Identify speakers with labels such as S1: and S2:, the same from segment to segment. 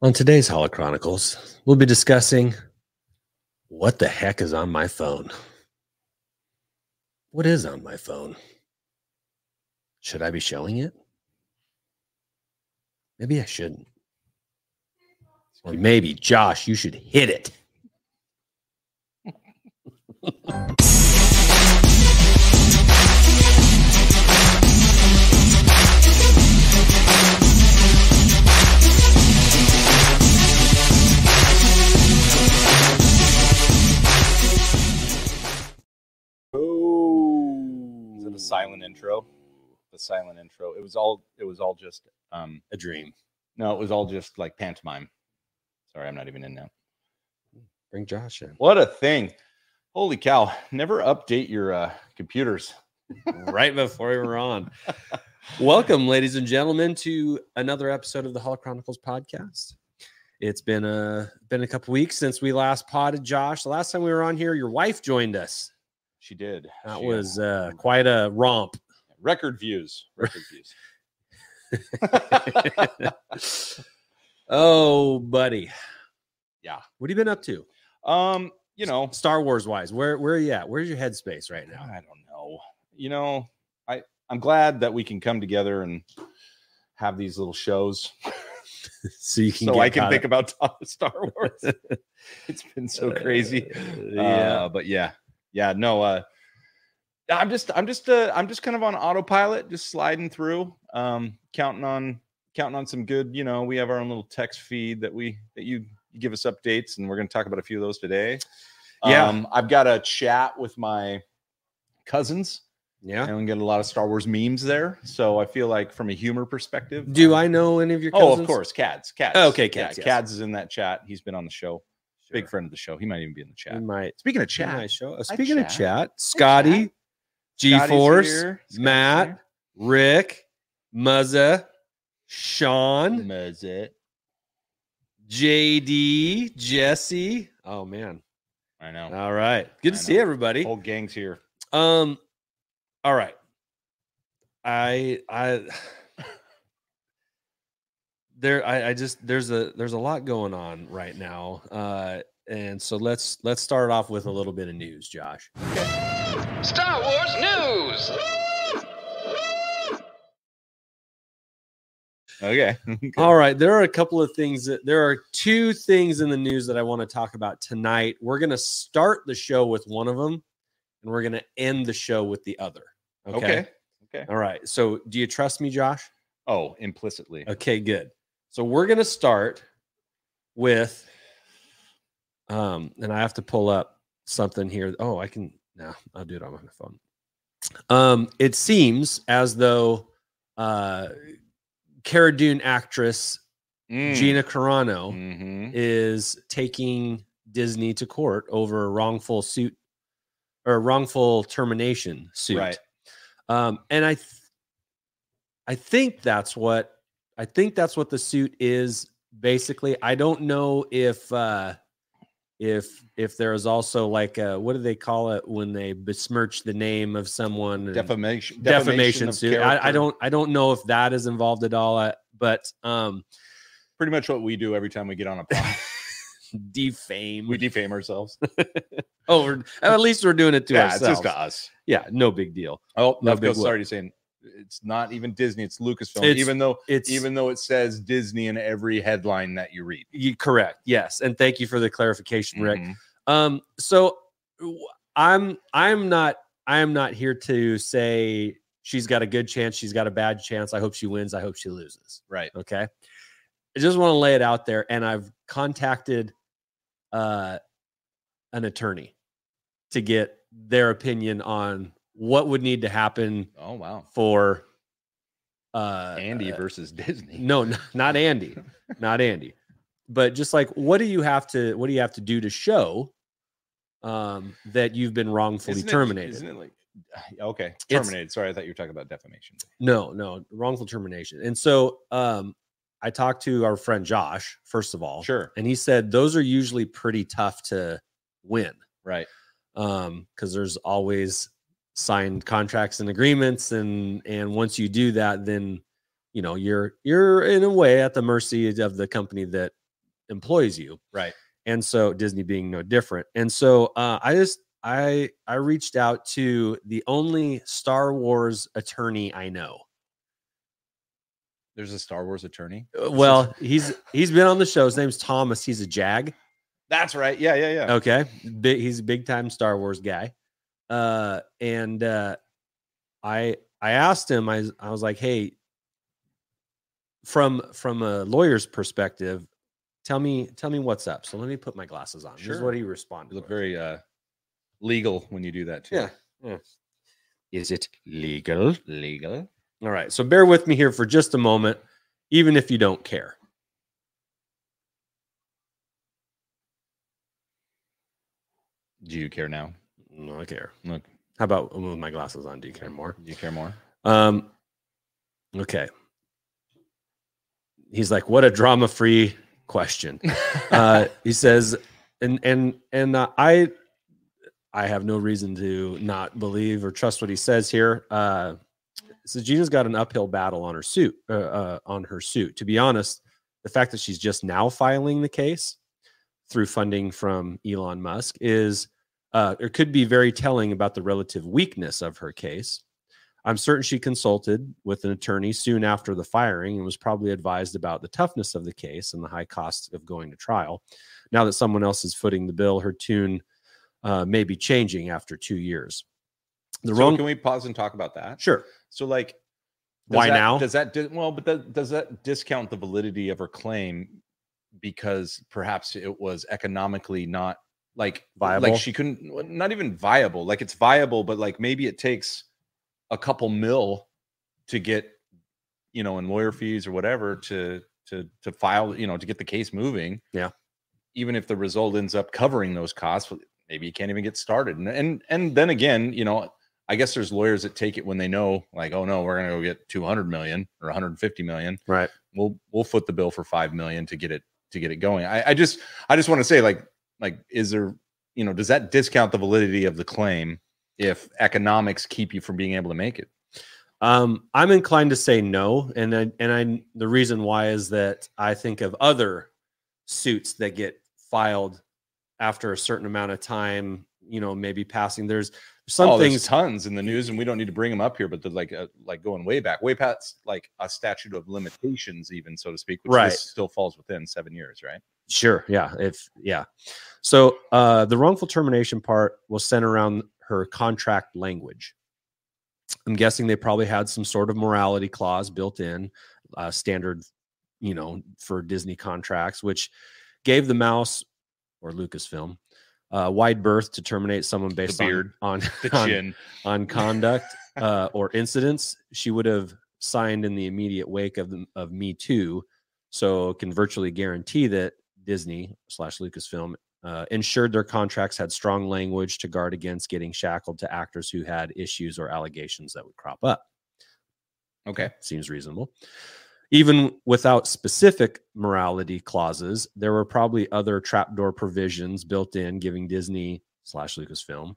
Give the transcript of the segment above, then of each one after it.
S1: On today's Holochronicles, we'll be discussing what the heck is on my phone? What is on my phone? Should I be showing it? Maybe I shouldn't. Or maybe, Josh, you should hit it.
S2: Oh.
S3: Is it a silent intro? The silent intro. It was all. It was all just. Um.
S1: A dream.
S3: No, it was all just like pantomime. Sorry, I'm not even in now.
S1: Bring Josh in.
S3: What a thing! Holy cow! Never update your uh, computers.
S1: right before we were on. Welcome, ladies and gentlemen, to another episode of the Hall Chronicles podcast. It's been a been a couple weeks since we last potted, Josh. The last time we were on here, your wife joined us.
S3: She did.
S1: That
S3: She-
S1: was uh, quite a romp.
S3: record views. Record views.
S1: oh, buddy.
S3: Yeah.
S1: What have you been up to?
S3: um. You know.
S1: Star Wars wise, where where are you at? Where's your headspace right now?
S3: I don't know. You know. I. I'm glad that we can come together and have these little shows.
S1: so you can
S3: so
S1: get
S3: I can
S1: caught
S3: think
S1: up.
S3: about Tom- Star Wars. it's been so crazy.
S1: Uh,
S3: Yeah, but yeah, yeah. No, uh, I'm just, I'm just, uh, I'm just kind of on autopilot, just sliding through, um, counting on, counting on some good. You know, we have our own little text feed that we that you give us updates, and we're going to talk about a few of those today.
S1: Yeah.
S3: um, I've got a chat with my cousins,
S1: yeah.
S3: and we get a lot of Star Wars memes there. So I feel like, from a humor perspective,
S1: Do
S3: I'm-
S1: I know any of your
S3: Oh,
S1: cousins?
S3: of course, Cads. Cads.
S1: Oh, okay,
S3: Yeah,
S1: Cads, yes.
S3: Cads is in that chat. He's been on the show. Big
S1: Sure.
S3: friend of the show. He might even be in the
S1: We
S3: chat.
S1: might
S3: Speaking of
S1: Chat.
S3: chat,
S1: show. Uh, Speaking of
S3: chat.
S1: chat, Scotty, G
S3: Scotty's
S1: Force,
S3: here. Scott's
S1: Matt,
S3: here.
S1: Rick, Muzza, Sean,
S3: Is it?
S1: JD, Jesse. Oh man.
S3: I know.
S1: All right. Good
S3: I
S1: to see
S3: know.
S1: everybody.
S3: Whole gang's here.
S1: Um all right. I I there I, I just there's a there's a lot going on right now. Uh and so let's let's start off with a little bit of news, Josh.
S4: Star Wars news.
S3: Okay.
S1: All right, there are a couple of things that there are two things in the news that I want to talk about tonight. We're going to start the show with one of them and we're going to end the show with the other. Okay?
S3: okay.
S1: All right. So, do you trust me, Josh?
S3: Oh, implicitly.
S1: Okay, good. So, we're going to start with um and I have to pull up something here. Oh, I can no, I'll do it on my phone. Um it seems as though uh Cara Dune actress
S3: Mm.
S1: Gina Carano
S3: hmm
S1: is taking Disney to court over a wrongful suit or a wrongful termination suit.
S3: Right.
S1: Um, and I, th- I think that's what I think that's what the suit is basically. I don't know if uh, if if there is also like a, what do they call it when they besmirch the name of someone? and-
S3: Defamation.
S1: defamation,
S3: of
S1: suit. I, I
S3: character.
S1: don't I don't know if that is involved at all. uh, But um,
S3: Pretty much what we do every time we get on a pod.
S1: defame.
S3: we defame ourselves.
S1: Oh, we're, at least we're doing it to
S3: yeah, it's
S1: ourselves.
S3: just to us.
S1: yeah, no big deal.
S3: Oh,
S1: No
S3: no,
S1: big whoop.
S3: sorry to saying it's not even Disney. It's Lucasfilm.
S1: It's-
S3: even though
S1: It's
S3: even though it says Disney in every headline that you read. Mm-hmm.
S1: you, correct. Yes, and thank you for the clarification, Rick. Um, so w- I'm I'm not I am not here to say she's got a good chance, she's got a bad chance. I hope she wins. I hope she loses.
S3: Right.
S1: Okay. I just want to lay it out there, and I've contacted uh, an attorney to get their opinion on what would need to happen
S3: Oh wow.
S1: for uh,
S3: Andy
S1: uh,
S3: versus Disney.
S1: no, n- not Andy, not Andy. But just like, what do you have to? What do you have to do to show um, that you've been wrongfully
S3: Isn't it-
S1: terminated?
S3: isn't it like okay,
S1: It's-
S3: terminated. Sorry, I thought you were talking about defamation.
S1: No, no, wrongful termination. And so, um, I talked to our friend Josh first of all,
S3: Sure.
S1: and he said those are usually pretty tough to win
S3: Right.
S1: um because there's always signed contracts and agreements and and once you do that then you know you're you're in a way at the mercy of the company that employs you
S3: Right.
S1: and so disney being no different and so uh, i just i i reached out to the only star wars attorney i know
S3: There's a Star Wars attorney.
S1: Uh, well he's he's been on the show his name's thomas he's a jag
S3: That's right. Yeah, yeah, yeah.
S1: okay big, he's a big time star wars guy uh and uh i i asked him i, I was like hey from from a lawyer's perspective tell me tell me what's up so let me put my glasses on here's
S3: Sure.
S1: what he responded
S3: You look
S1: with.
S3: very uh legal when you do that too.
S1: Yeah. is it
S3: Legal. Legal.
S1: All right. So bear with me here for just a moment, even if you don't care.
S3: Do you care now?
S1: No, I care.
S3: Look,
S1: How about with my glasses on? Do you care more?
S3: do you care more?
S1: Um, okay. He's like, what a drama free question. Uh, he says, and and and uh, I, I have no reason to not believe or trust what he says here. Uh, so Gina's got an uphill battle on her suit. Uh, uh, on her suit, to be honest, the fact that she's just now filing the case through funding from Elon Musk is, uh, or could be very telling about the relative weakness of her case. I'm certain she consulted with an attorney soon after the firing and was probably advised about the toughness of the case and the high cost of going to trial. Now that someone else is footing the bill, her tune uh, may be changing after two years. The
S3: So
S1: wrong.
S3: Can we pause and talk about that?
S1: sure.
S3: So, like, does
S1: Why
S3: that-
S1: now?
S3: Does that di- well? But that, does that discount the validity of her claim because perhaps it was economically not like
S1: Viable?
S3: Like she couldn't, not even viable. Like it's viable, but like maybe it takes a couple mil to get, you know, in lawyer fees or whatever to to to file, you know, to get the case moving.
S1: Yeah.
S3: Even if the result ends up covering those costs, maybe you can't even get started. And and and then again, you know, I guess there's lawyers that take it when they know, like, oh no, we're gonna go get 200 million or 150 million.
S1: Right.
S3: We'll we'll foot the bill for five million to get it to get it going. I, I just I just want to say, like, like, is there, you know, does that discount the validity of the claim if economics keep you from being able to make it?
S1: Um, I'm inclined to say no, and I, and I the reason why is that I think of other suits that get filed after a certain amount of time. You know, maybe passing. There's some
S3: oh, there's
S1: things.
S3: tons in the news, and we don't need to bring them up here, but they're like uh, like going way back, way past like a statute of limitations, even so to speak, which
S1: Right.
S3: this still falls within seven years, right?
S1: Sure. Yeah. If yeah. So uh the wrongful termination part was centered around her contract language. I'm guessing they probably had some sort of morality clause built in, uh standard, you know, for Disney contracts, which gave the mouse or Lucasfilm uh wide berth to terminate someone based on-
S3: beard.
S1: on
S3: The
S1: on,
S3: chin.
S1: on conduct uh, or incidents, she would have signed in the immediate wake of the, of Me Too. So can virtually guarantee that Disney slash Lucasfilm uh, ensured their contracts had strong language to guard against getting shackled to actors who had issues or allegations that would crop up.
S3: Okay.
S1: Seems reasonable. Even without specific morality clauses, there were probably other trapdoor provisions built in, giving Disney slash Lucasfilm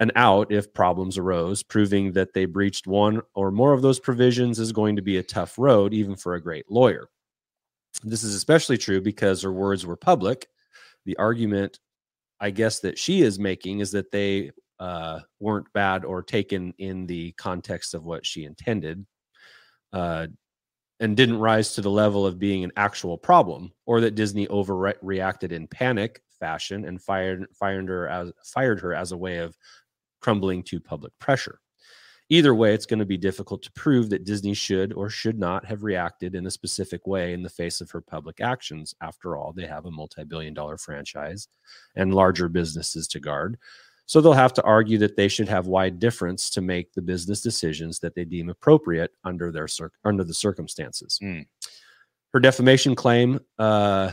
S1: an out if problems arose. Proving that they breached one or more of those provisions is going to be a tough road, even for a great lawyer. This is especially true because her words were public. The argument, I guess, that she is making is that they uh, weren't bad or taken in the context of what she intended. Uh, and didn't rise to the level of being an actual problem, or that Disney overreacted in panic fashion and fired fired her as fired her as a way of crumbling to public pressure. Either way, it's going to be difficult to prove that Disney should or should not have reacted in a specific way in the face of her public actions. After all, they have a multi-billion dollar franchise and larger businesses to guard. So they'll have to argue that they should have wide difference to make the business decisions that they deem appropriate under their cir- under the circumstances.
S3: Mm.
S1: Her defamation claim uh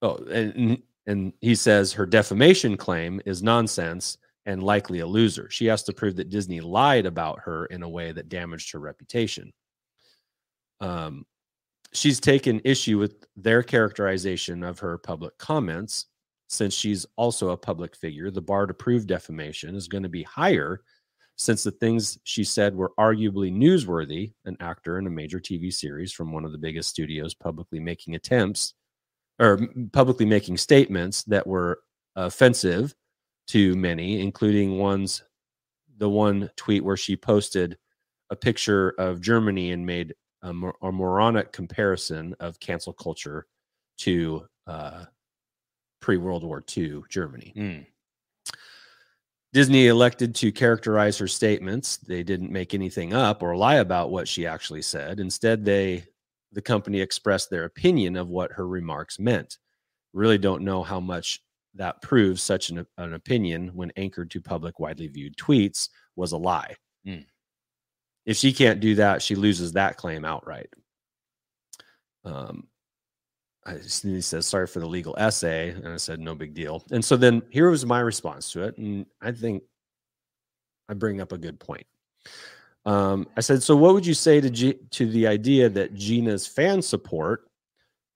S1: Oh, and and he says her defamation claim is nonsense and likely a loser. She has to prove that Disney lied about her in a way that damaged her reputation. Um, she's taken issue with their characterization of her public comments. Since she's also a public figure, the bar to prove defamation is going to be higher since the things she said were arguably newsworthy, an actor in a major TV series from one of the biggest studios publicly making attempts or publicly making statements that were offensive to many, including ones the one tweet where she posted a picture of Germany and made a, mor- a moronic comparison of cancel culture to uh, pre World War II Germany.
S3: Mm.
S1: Disney elected to characterize her statements. They didn't make anything up or lie about what she actually said. Instead, they the company expressed their opinion of what her remarks meant. Really don't know how much that proves such an, an opinion when anchored to public widely viewed tweets was a lie.
S3: Hmm.
S1: If she can't do that, she loses that claim outright. Um, I just, he says, sorry for the legal essay. And I said, no big deal. And so then here was my response to it. And I think I bring up a good point. Um, I said, so what would you say to, G- to the idea that Gina's fan support,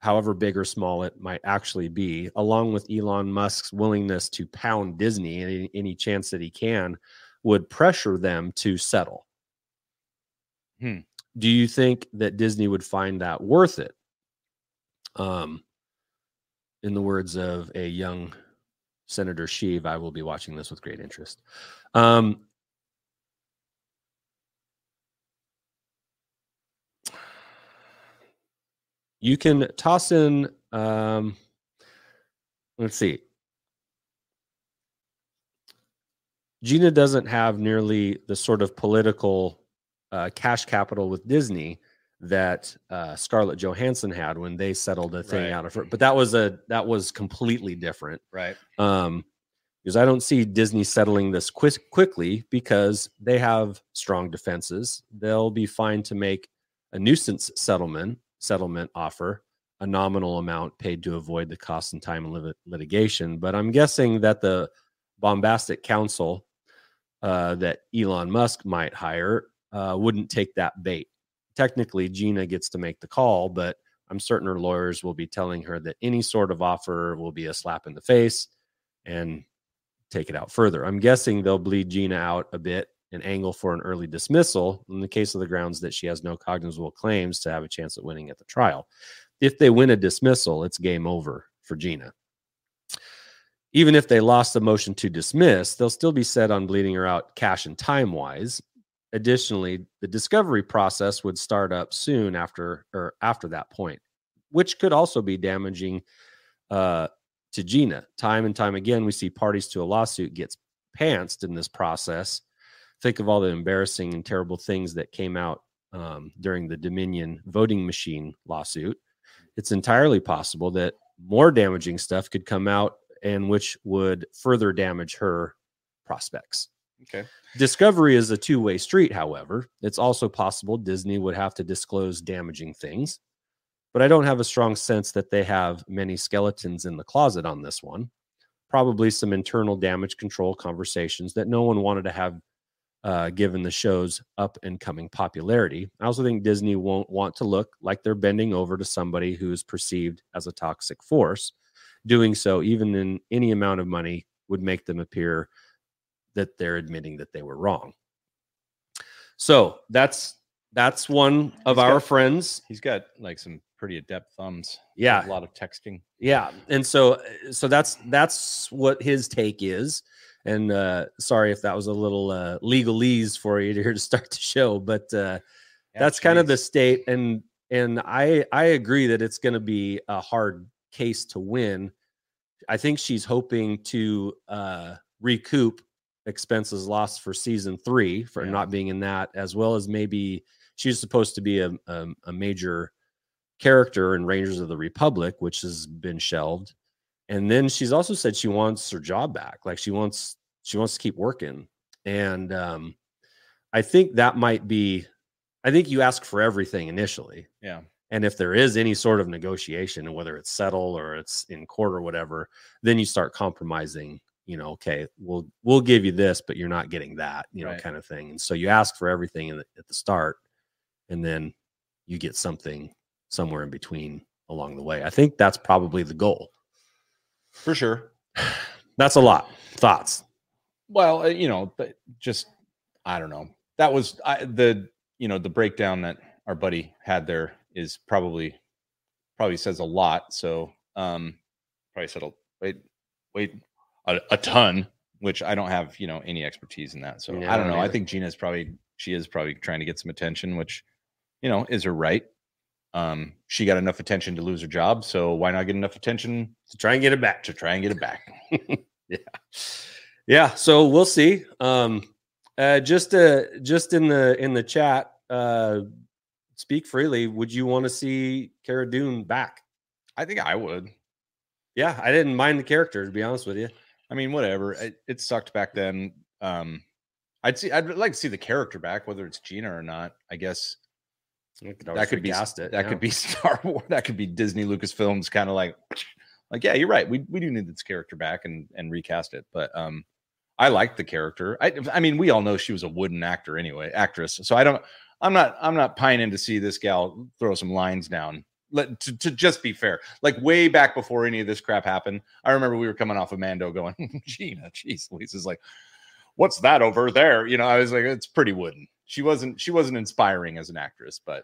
S1: however big or small it might actually be, along with Elon Musk's willingness to pound Disney any, any chance that he can, would pressure them to settle?
S3: Hmm.
S1: Do you think that Disney would find that worth it? Um, in the words of a young Senator Sheev, I will be watching this with great interest. Um, you can toss in, um, let's see. Gina doesn't have nearly the sort of political uh, cash capital with Disney that uh, Scarlett Johansson had when they settled a thing
S3: Right.
S1: out of her. But that was a that was completely different
S3: Right.
S1: um, because I don't see Disney settling this quick, quickly because they have strong defenses. They'll be fine to make a nuisance settlement settlement offer, a nominal amount paid to avoid the cost and time of lit- litigation. But I'm guessing that the bombastic counsel uh, that Elon Musk might hire uh, wouldn't take that bait. Technically, Gina gets to make the call, but I'm certain her lawyers will be telling her that any sort of offer will be a slap in the face and take it out further. I'm guessing they'll bleed Gina out a bit and angle for an early dismissal in the case of the grounds that she has no cognizable claims to have a chance at winning at the trial. If they win a dismissal, it's game over for Gina. Even if they lost the motion to dismiss, they'll still be set on bleeding her out cash and time wise. Additionally, the discovery process would start up soon after or after that point, which could also be damaging uh, to Gina. Time and time again, we see parties to a lawsuit gets pantsed in this process. Think of all the embarrassing and terrible things that came out um, during the Dominion voting machine lawsuit. It's entirely possible that more damaging stuff could come out and which would further damage her prospects.
S3: Okay.
S1: Discovery is a two way street, however. It's also possible Disney would have to disclose damaging things, but I don't have a strong sense that they have many skeletons in the closet on this one. Probably some internal damage control conversations that no one wanted to have uh, given the show's up and coming popularity. I also think Disney won't want to look like they're bending over to somebody who is perceived as a toxic force. Doing so, even in any amount of money, would make them appear that they're admitting that they were wrong. So that's that's one of
S3: He's
S1: our
S3: got-
S1: friends.
S3: He's got like some pretty adept thumbs.
S1: Yeah,
S3: A lot of texting.
S1: yeah and so so that's that's what his take is and uh sorry if that was a little uh legalese for you to here to start the show but uh
S3: Yeah,
S1: that's kind of the
S3: geez.
S1: state and and i i agree that it's going to be a hard case to win i think she's hoping to uh recoup expenses lost for season three for
S3: Yeah.
S1: not being in that as well as maybe she's supposed to be a, a, a major character in rangers of the republic which has been shelved and then she's also said she wants her job back like she wants she wants to keep working and um i think that might be i think you ask for everything initially
S3: Yeah.
S1: and if there is any sort of negotiation and whether it's settle or it's in court or whatever then you start compromising you know okay we'll we'll give you this but you're not getting that you know
S3: Right.
S1: kind of thing and so you ask for everything in the, at the start and then you get something somewhere in between along the way i think that's probably the goal
S3: for sure.
S1: that's a lot thoughts
S3: Well, uh, you know, th- just I don't know. That was I, the you know the breakdown that our buddy had there is probably probably says a lot. So Um, probably said a wait, wait, a, a ton, which I don't have, you know, any expertise in that. So
S1: Yeah,
S3: I
S1: I
S3: don't
S1: don't
S3: know. I
S1: either.
S3: think Gina's probably she is probably trying to get some attention, which you know is her right. Um, she got enough attention to lose her job, so why not get enough attention
S1: to try and get it back.
S3: to try and get it back?
S1: yeah so we'll see um uh just uh just in the in the chat uh speak freely would you want to see Cara Dune back
S3: I think I would.
S1: yeah i didn't mind the character to be honest with you
S3: I mean, whatever. It, it sucked back then. Um, I'd see. I'd like to see the character back, whether it's Gina or not. I guess that could be
S1: recast
S3: that
S1: yeah.
S3: could be Star Wars. That could be Disney Lucasfilms. Kind of like, like yeah, you're right. We we do need this character back and and recast it. But um, I liked the character. I I mean, we all know she was a wooden actor anyway, actress. So I don't. I'm not. I'm not pining to see this gal throw some lines down. Let to, to just be fair, like way back before any of this crap happened, I remember we were coming off of Mando going, Gina, jeez, Lisa's like, what's that over there? You know, I was like, it's pretty wooden. She wasn't. She wasn't inspiring as an actress, but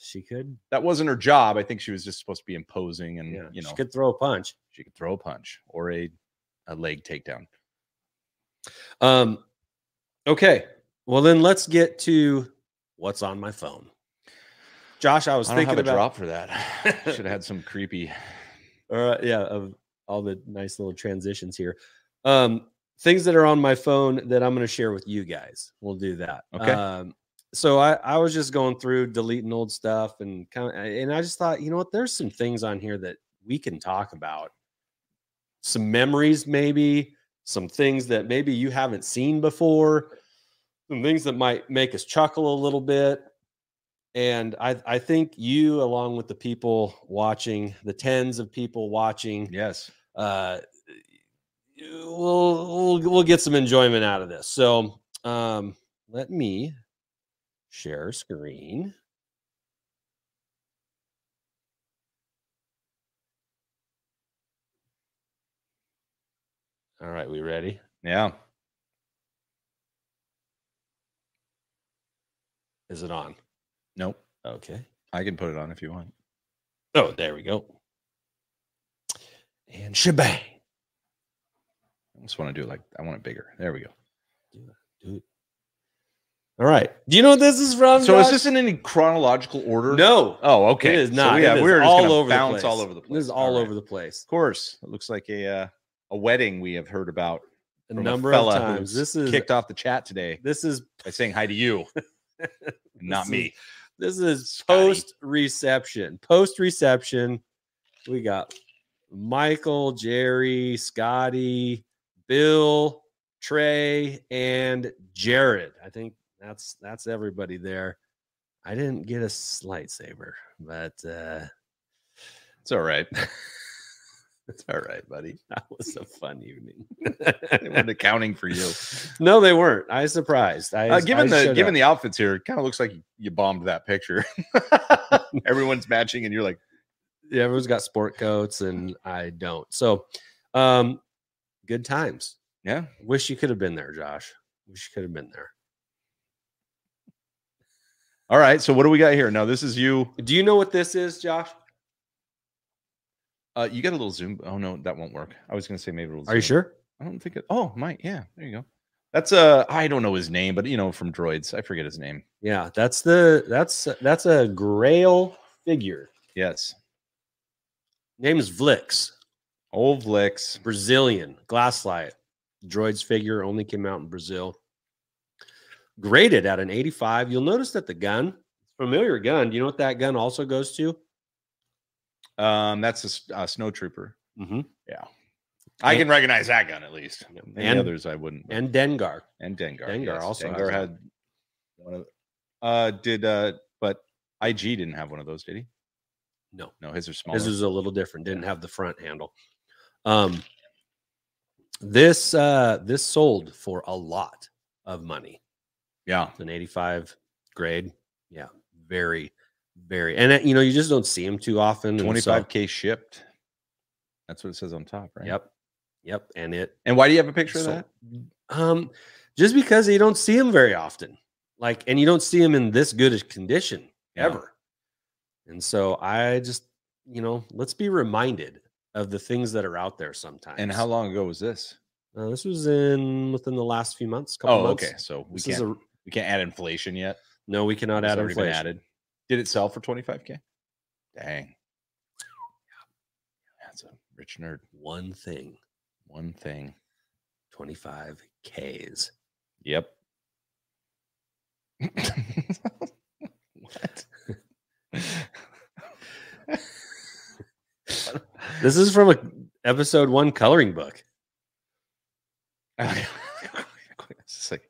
S1: she could
S3: that wasn't her job. I think she was just supposed to be imposing and
S1: yeah
S3: you
S1: she
S3: know she could,
S1: could throw a punch
S3: throw a punch or a a leg takedown.
S1: um okay well then let's get to what's on my phone josh i
S3: I,
S1: was
S3: don't
S1: thinking
S3: have a
S1: about
S3: drop for that. Should have had some creepy.
S1: or uh, yeah of all the nice little transitions here um things that are on my phone that i'm going to share with you guys we'll do that
S3: Okay.
S1: um, so i i was just going through deleting old stuff and kind of and i just thought you know what there's some things on here that we can talk about some memories maybe some things that maybe you haven't seen before some things that might make us chuckle a little bit and I, I think you along with the people watching the tens of people watching
S3: Yes.
S1: uh we'll, we'll we'll get some enjoyment out of this so um let me share screen all right we ready
S3: Yeah.
S1: is it on
S3: Nope.
S1: okay
S3: I can put it on if you want.
S1: oh there we go and shebang
S3: I just want to do it like I want it bigger. There we go.
S1: All right. Do you know what this is from?
S3: So is
S1: Josh?
S3: this in any chronological order?
S1: no?
S3: Oh, okay.
S1: It is not.
S3: So
S1: It
S3: yeah,
S1: is
S3: we're just
S1: all
S3: gonna
S1: over
S3: bounce
S1: the place.
S3: all over the place.
S1: This is all
S3: Alright.
S1: over the place.
S3: Of course, it looks like a uh, a wedding we have heard about.
S1: A
S3: from
S1: number
S3: a fella
S1: of times.
S3: who's
S1: This is
S3: kicked off the chat today
S1: this is
S3: by saying hi to you, not
S1: is-
S3: me.
S1: this is
S3: Scotty.
S1: post reception. Post reception. We got Michael, Jerry, Scotty, Bill, Trey, and Jared. I think that's that's everybody there. I didn't get a lightsaber, but uh
S3: It's all right. it's all right, buddy.
S1: that was a fun evening.
S3: they weren't accounting for you.
S1: No, they weren't. I was surprised. I
S3: Uh,
S1: I
S3: given the
S1: showed
S3: given
S1: up.
S3: the outfits here, it kind of looks like you bombed that picture. Everyone's matching, and you're like,
S1: yeah, everyone's got sport coats and I don't. So, um, good times.
S3: yeah,
S1: Wish you could have been there, Josh. Wish you could have been there.
S3: all right. So what do we got here? No, this is you.
S1: Do you know what this is, Josh?
S3: Uh, you got a little zoom. Oh no, that won't work. I was gonna say maybe it'll.
S1: Are you
S3: zoom.
S1: sure?
S3: I don't think it. Oh, might. Yeah, there you go. That's uh, I don't know his name, but you know from Droids, I forget his name.
S1: Yeah, that's the that's that's a Grail figure.
S3: Yes,
S1: Name is Vlix,
S3: old Vlix.
S1: Brazilian glasslight. Droid's figure only came out in Brazil. Graded at an 85. You'll notice that the gun, familiar gun. Do you know what that gun also goes to?
S3: Um, that's a s- uh, snowtrooper.
S1: Mm-hmm.
S3: I
S1: And-
S3: can recognize that gun at least. Any
S1: And-
S3: others I wouldn't. but-
S1: And Dengar.
S3: and Dengar.
S1: Dengar also has
S3: Dengar
S1: one.
S3: had one of. Uh, did uh, but IG didn't have one of those, did he?
S1: No.
S3: No, his are smaller.
S1: This is a little different. Didn't have the front handle. Um, this uh, this sold for a lot of money.
S3: yeah,
S1: It's an 85 grade. Yeah, very, very. And uh, you know, you just don't see them too often. and so-
S3: twenty five k shipped. That's what it says on top, right?
S1: Yep, yep. And it
S3: And why do you have a picture of
S1: sold.
S3: that?
S1: Um, just because you don't see them very often, like, and you don't see them in this good a condition
S3: Yeah.
S1: ever. And so I just, you know, let's be reminded of the things that are out there sometimes.
S3: And how long ago was this?
S1: Uh, this was in within the last few months. Couple
S3: oh,
S1: months.
S3: okay. So we
S1: This
S3: can't
S1: is a
S3: we can't add inflation yet.
S1: no. We cannot
S3: It's
S1: add
S3: already been
S1: inflation.
S3: added. Did it sell for 25k? Dang. That's a rich nerd.
S1: One thing,
S3: One thing.
S1: twenty five k's.
S3: Yep. what?
S1: This is from a episode one coloring book.
S3: it's just like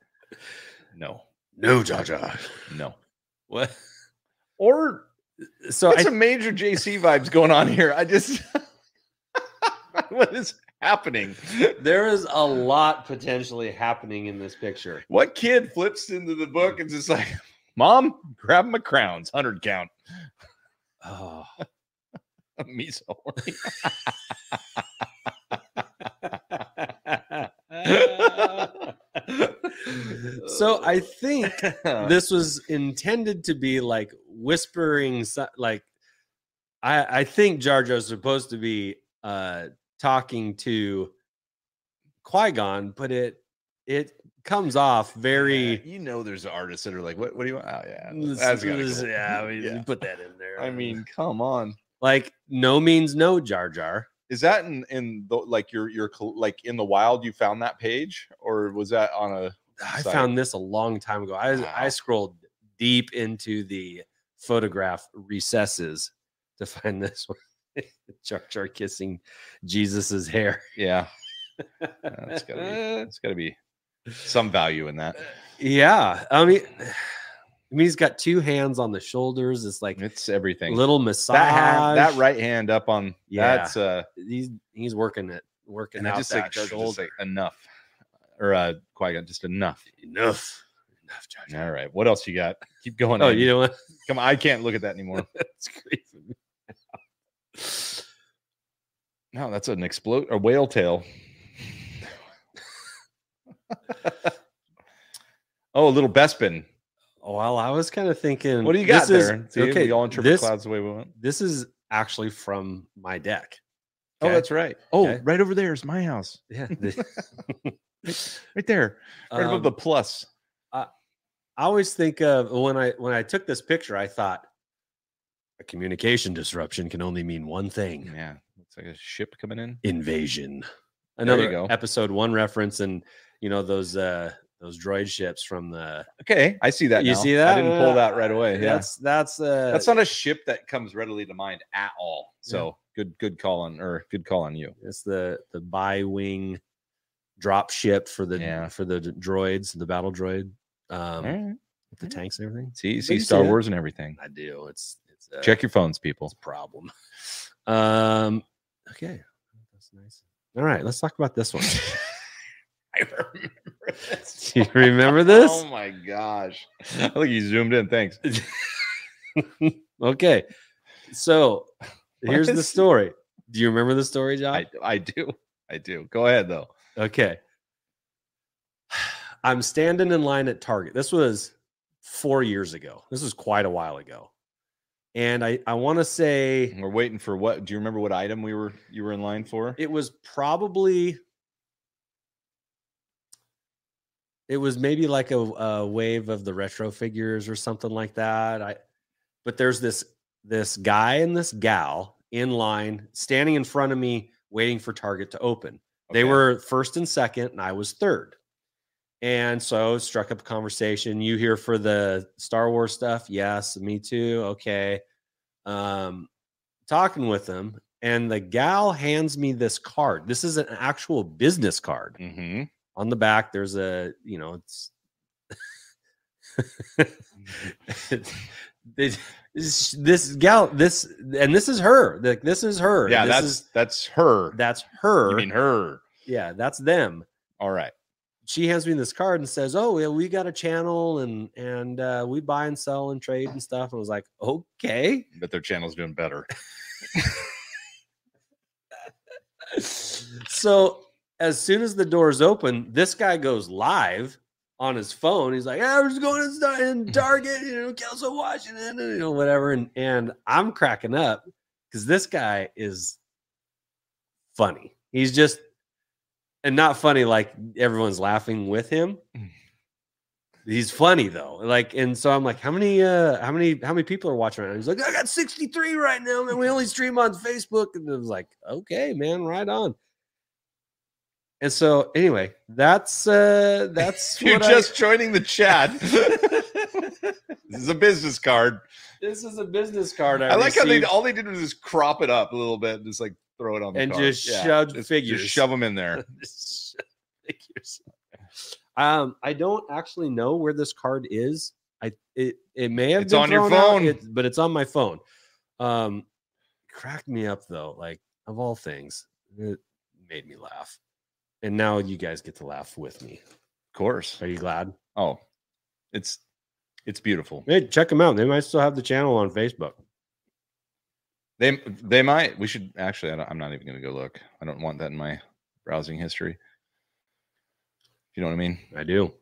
S3: no,
S1: No, Jaja.
S3: no.
S1: What?
S3: Or
S1: So
S3: That's
S1: I,
S3: some major JC vibes going on here. I just what is happening?
S1: there is a lot potentially happening in this picture.
S3: What kid flips into the book and just like, Mom, grab my crowns, hundred count.
S1: Oh,
S3: Me so horny.
S1: so I think
S3: Uh,
S1: this was intended to be like whispering so- like i i think jar jar's supposed to be uh talking to qui-gon but it it comes off
S3: Yeah,
S1: very
S3: you know there's artists that are like, what what do you want? Oh yeah.
S1: This-
S3: That's gotta
S1: this-
S3: go.
S1: yeah, we
S3: Yeah.
S1: put that in there
S3: I mean, come on.
S1: like no means no jar jar
S3: Is that in in the, like your your col- like in the wild you found that page or was that on a
S1: i
S3: site?
S1: found this a long time ago i
S3: Wow.
S1: i scrolled deep into the photograph recesses to find this one jar jar kissing jesus's hair
S3: Yeah. That's gotta be that's gotta be some value in that.
S1: Uh, Yeah, I mean, I mean, he's got two hands on the shoulders. It's like
S3: It's everything.
S1: little massage.
S3: that hand, that right hand up on
S1: Yeah.
S3: that's uh
S1: He's he's working it, working
S3: and I
S1: out
S3: just
S1: that
S3: like just
S1: shoulder.
S3: like enough. Or uh Qui Gon, just enough.
S1: enough, enough, Josh.
S3: All right. What else you got? Keep going.
S1: Oh,
S3: Andy.
S1: you know what?
S3: come on, I can't look at that anymore.
S1: That's crazy.
S3: No, that's an explode a whale tail. oh, a little Bespin.
S1: Well, I was kind of thinking,
S3: What do you got
S1: this is-
S3: there? See,
S1: okay,
S3: we all interpret
S1: this
S3: clouds the way we want.
S1: this is actually from my deck.
S3: Oh,
S1: Okay.
S3: that's right. Oh,
S1: Okay.
S3: right over there is my house.
S1: Yeah, the-
S3: Right there. Right above
S1: Um,
S3: the plus.
S1: I always think of when I when I took this picture, I thought a communication disruption can only mean one thing.
S3: Yeah. Looks like a ship coming in.
S1: invasion.
S3: you
S1: Another
S3: go.
S1: episode one reference, and you know those uh those droid ships from the.
S3: Okay. I see that.
S1: you
S3: now.
S1: see that?
S3: I didn't pull that right away. Yeah. That's,
S1: That's that's uh,
S3: that's not a ship that comes readily to mind at all.
S1: Yeah.
S3: So good, good call on or good call on you.
S1: it's the the by wing drop ship for the
S3: Yeah.
S1: for the droids, the battle droid, um,
S3: all right.
S1: with the
S3: yeah.
S1: tanks and everything.
S3: See,
S1: you
S3: see
S1: see Uh,
S3: Star
S1: that.
S3: Wars and everything.
S1: I do. It's it's a,
S3: Check your phones,
S1: it's
S3: people.
S1: a problem. Um. Okay, that's nice. All right, let's talk about this one.
S3: I remember this.
S1: do you remember this?
S3: Oh my gosh. I think you zoomed in. Thanks.
S1: Uh, okay, so
S3: What
S1: here's the
S3: is-
S1: story. Do you remember the story, John?
S3: I, I do. I do. Go ahead though.
S1: Okay. I'm standing in line at Target. This was four years ago. This was quite a while ago. And I, I want to say
S3: We're waiting for what? Do you remember what item we were you were in line for?
S1: it was probably, it was maybe like a, a wave of the retro figures or something like that. I, but there's this this guy and this gal in line standing in front of me waiting for Target to open. They
S3: Okay.
S1: were first and second, and I was third. And so struck up a conversation. You here for the Star Wars stuff? Yes, me too. Okay. Um, talking with them, and the gal hands me this card. This is an actual business card.
S3: Mhm.
S1: On the back, there's a, you know, it's this, this gal, this, and this is her. Like this is her.
S3: Yeah,
S1: this
S3: that's
S1: is,
S3: that's her.
S1: that's
S3: You
S1: her.
S3: mean her.
S1: yeah, that's them
S3: All right.
S1: she hands me this card and says, "Oh, yeah, we got a channel and and uh, we buy and sell and trade and stuff." And I was like, "Okay."
S3: But their channel's doing better.
S1: so as soon as the doors open, this guy goes live on his phone. He's like, "Yeah, we're just going to start in Target, you know, Kelso, Washington, and, you know, whatever." And and I'm cracking up because this guy is funny. He's just and not funny like everyone's laughing with him.
S3: Mm.
S1: He's funny though. Like, and so I'm like, how many uh how many how many people are watching right now? He's like, I got 63 right now, and we only stream on Facebook. And I was like, okay, man, right on. And so anyway, that's uh that's
S3: You're
S1: what I-
S3: just joining the chat. this is a business card.
S1: this is a business card. I,
S3: I, like how they
S1: received.
S3: all they did was just crop it up a little bit and just like throw it on the
S1: And
S3: card.
S1: just shove
S3: just-
S1: figures.
S3: Just shove them in there.
S1: This figures. Um, I don't actually know where this card is. I it it may have
S3: It's
S1: been
S3: on your
S1: thrown out,
S3: phone.
S1: it's- but it's on my phone. Um, cracked me up though. Like of all things, it made me laugh, and now you guys get to laugh with me.
S3: Of course.
S1: Are you glad?
S3: Oh, it's it's beautiful.
S1: Hey, check them out. They might still have the channel on Facebook.
S3: They they might. We should actually. I don't, I'm not even going to go look. I don't want that in my browsing history. If you know what I mean.
S1: I do.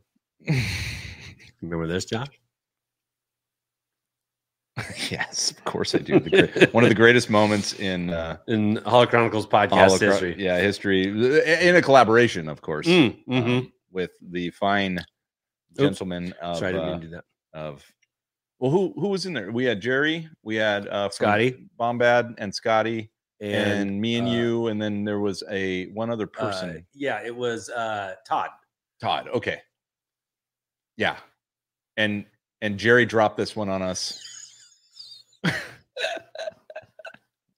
S1: Remember this, Josh?
S3: yes, of course I do. The great, one of the greatest moments in uh,
S1: In Hollow Chronicles podcast
S3: Holocaust-
S1: history.
S3: Yeah, history in a collaboration, of course,
S1: Mm, mhm.
S3: um, with the fine gentleman of,
S1: Sorry, I didn't
S3: uh,
S1: mean to do that.
S3: of. Well, who who was in there? We had Jerry. We had uh, from
S1: Scotty.
S3: Bombad, and Scotty, and,
S1: And,
S3: me and
S1: uh,
S3: you, and then there was a one other person.
S1: uh, yeah, it was uh, Todd.
S3: Todd. Okay. Yeah. And and Jerry dropped this one on us.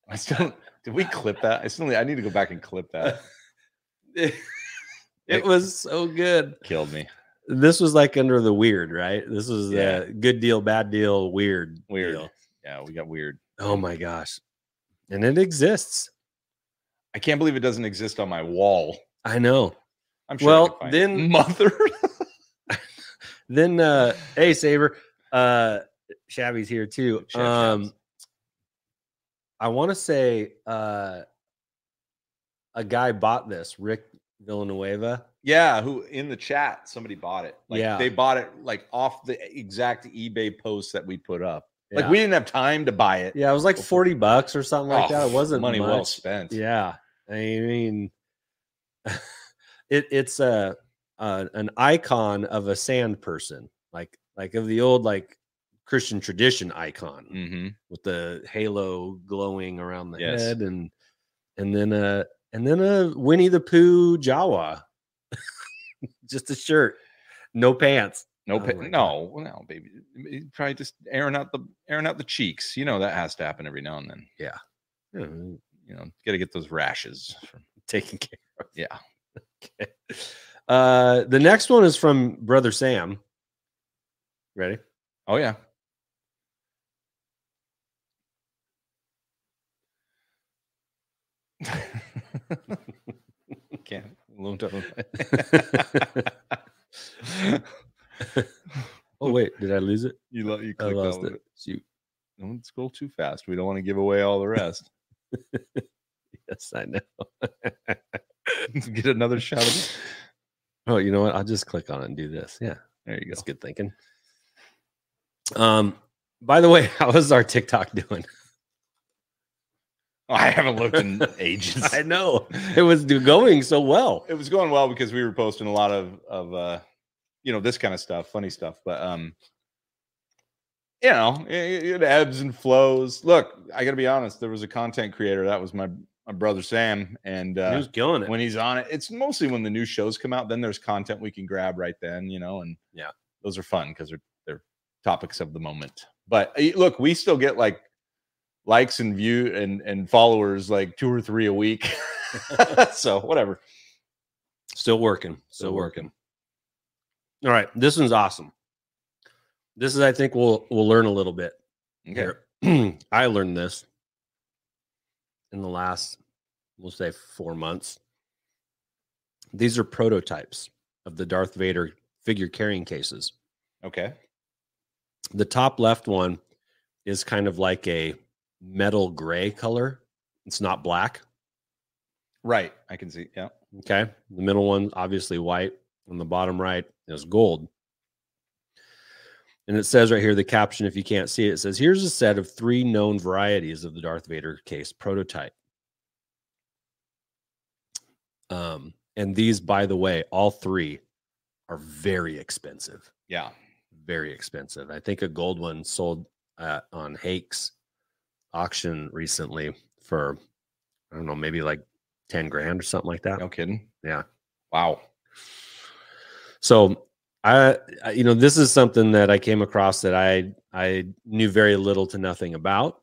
S3: I still did we clip that? I still I need to go back and clip that.
S1: it
S3: Like-
S1: was so good.
S3: Killed me.
S1: This was like under the weird, right? This was
S3: Yeah.
S1: the good deal, bad deal, weird,
S3: Weird.
S1: deal.
S3: Yeah, we got weird.
S1: Oh my gosh! And it exists.
S3: I can't believe it doesn't exist on my wall.
S1: I know.
S3: I'm sure I
S1: Well,
S3: could find it.
S1: then-
S3: mother.
S1: Then, uh, hey, Saber, uh, Shabby's here too.
S3: Shab- shabs.
S1: Um, I want to say uh, a guy bought this, Rick Villanueva.
S3: yeah, who in the chat somebody bought it. Like
S1: Yeah.
S3: they bought it like off the exact eBay post that we put up. Like
S1: Yeah.
S3: we didn't have time to buy it.
S1: yeah, it was like forty bucks or something like
S3: Oh,
S1: that. It wasn't
S3: money
S1: much.
S3: well spent.
S1: Yeah, I mean, it it's a, a an icon of a sand person, like like of the old like Christian tradition icon
S3: Mm-hmm.
S1: with the halo glowing around the
S3: Yes.
S1: head, and and then a and then a Winnie the Pooh Jawa, just a shirt, no pants.
S3: No,
S1: Oh
S3: pa-
S1: my God.
S3: no, well, no, baby. You Probably just airing out the airing out the cheeks. You know that has to happen every now and then.
S1: Hmm,
S3: You know, got to get those rashes. From,
S1: Taken care.
S3: yeah,
S1: Uh, the next one is from Brother Sam. Ready?
S3: Oh yeah. Can't. Long time.
S1: Oh wait, did I lose it?
S3: you lo- you
S1: I
S3: clicked
S1: lost
S3: on
S1: it.
S3: it. You don't scroll too fast. We don't want to give away all the rest.
S1: Yes, I know.
S3: get another shot. Of it.
S1: Oh, you know what? I'll just click on it and do this. Yeah,
S3: There you
S1: that's
S3: go.
S1: good thinking. Um, by the way, how is our TikTok doing?
S3: Oh, I haven't looked in ages.
S1: I know it was do- going so well.
S3: it was going well because we were posting a lot of of uh you know this kind of stuff funny stuff but um you know it, it ebbs and flows look i gotta be honest there was a content creator that was my my brother sam and
S1: He
S3: uh
S1: was killing it.
S3: when he's on it it's mostly when the new shows come out then there's content we can grab right then you know and
S1: Yeah.
S3: those are fun because they're they're topics of the moment but eh, look we still get like likes and view and and followers like two or three a week so whatever
S1: Still working. Still working. All right, this one's awesome. This is, I think, we'll we'll learn a little bit.
S3: Okay.
S1: here. I learned this in the last, we'll say, four months. These are prototypes of the Darth Vader figure carrying cases.
S3: Okay.
S1: The top left one is kind of like a metal gray color, it's not black.
S3: Right. I can see. Yeah.
S1: Okay. The middle one, obviously white. On the bottom right is gold. And it says right here, the caption, if you can't see it, it says, here's a set of three known varieties of the Darth Vader case prototype. Um, and these, by the way, all three are very expensive.
S3: Yeah.
S1: Very expensive. I think a gold one sold uh, on Hakes auction recently for I don't know, maybe like 10 grand or something like that.
S3: No kidding.
S1: Yeah.
S3: Wow.
S1: So I, I you know this is something that I came across that I I knew very little to nothing about.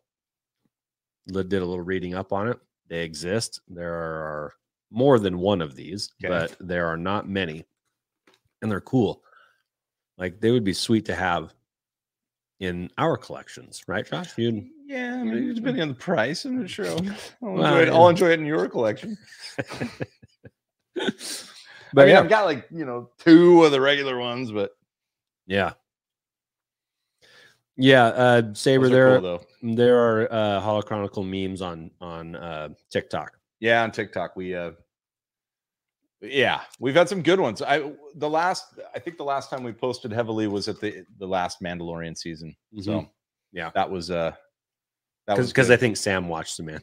S1: Li- Did a little reading up on it. They exist. There are more than one of these,
S3: Okay.
S1: but there are not many, and they're cool. Like they would be sweet to have in our collections, right, Josh? You
S3: Yeah, I mean, depending on the price, I'm not sure. I'll, I'll,
S1: Well,
S3: enjoy, it.
S1: yeah.
S3: I'll enjoy it in your collection.
S1: but
S3: I mean,
S1: yeah,
S3: I've got like you know two of the regular ones, but
S1: yeah, yeah. Uh, Saber,
S3: those are
S1: there
S3: cool, though.
S1: there are uh holochronicle memes on on uh tiktok
S3: Yeah, on TikTok we uh yeah, we've had some good ones. I the last I think the last time we posted heavily was at the the last Mandalorian season. So
S1: Yeah.
S3: that was uh that was
S1: because Mm-hmm.
S3: good.
S1: i think sam watched the man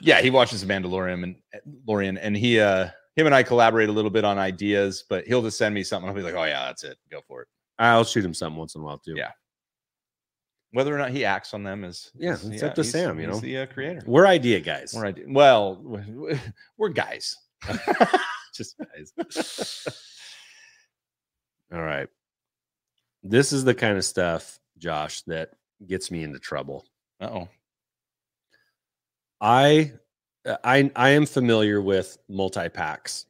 S3: yeah, he watches the Mandalorian and eh, Lorian and he uh him and I collaborate a little bit on ideas, but he'll just send me something. I'll be like, oh yeah, that's it. Go for it.
S1: i'll shoot him some once in a while too
S3: Yeah. Whether or not he acts on them is
S1: Yeah,
S3: is-
S1: it's up to
S3: he's-
S1: Sam, you
S3: he's
S1: know?
S3: the uh, creator.
S1: we're idea guys
S3: We're ide- well, w- we're guys.
S1: just guys all right this is the kind of stuff josh that gets me into trouble
S3: Oh,
S1: i i i am familiar with multi-packs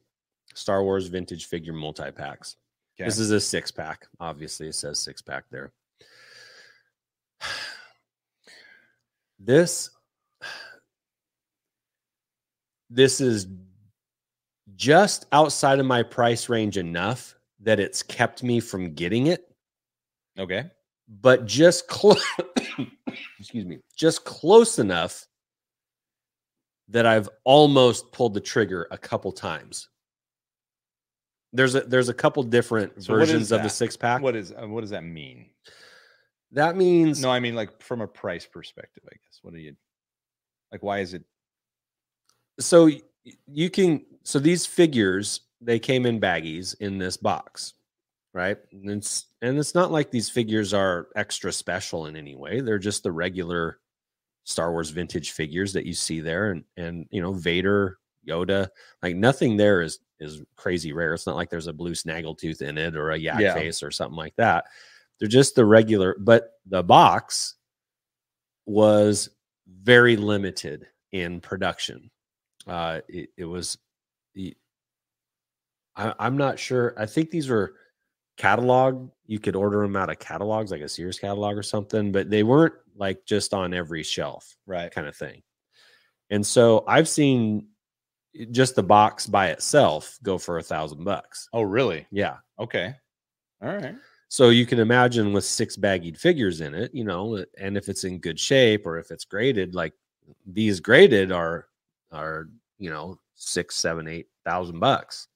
S1: star wars vintage figure multi-packs
S3: okay.
S1: This is a six pack. Obviously, it says six pack there. This this is just outside of my price range enough that it's kept me from getting it,
S3: okay.
S1: but just close excuse me, just close enough that I've almost pulled the trigger a couple times. There's a there's a couple different
S3: So what is
S1: versions of the
S3: that?
S1: six pack.
S3: What is uh, what does that mean?
S1: That means
S3: No, I mean like from a price perspective, I guess. What do you like? Why is it?
S1: so y- you can so these figures they came in baggies in this box, right? And it's and it's not like these figures are extra special in any way. They're just the regular Star Wars vintage figures that you see there and and you know Vader, Yoda, like nothing there is is crazy rare. It's not like there's a blue snaggletooth in it or a yak
S3: Yeah.
S1: face or something like that. They're just the regular, but the box was very limited in production. Uh, it, it was, the- I, I'm not sure. I think these were catalog. You could order them out of catalogs, like a Sears catalog or something, but they weren't like just on every shelf
S3: Right.
S1: kind of thing. And so I've seen eh, just the box by itself go for a thousand bucks.
S3: Oh, really?
S1: Yeah.
S3: Okay. All right.
S1: So you can imagine with six baggied figures in it, you know, uh, and if it's in good shape or if it's graded, like these graded are are you know six, seven, eight thousand bucks.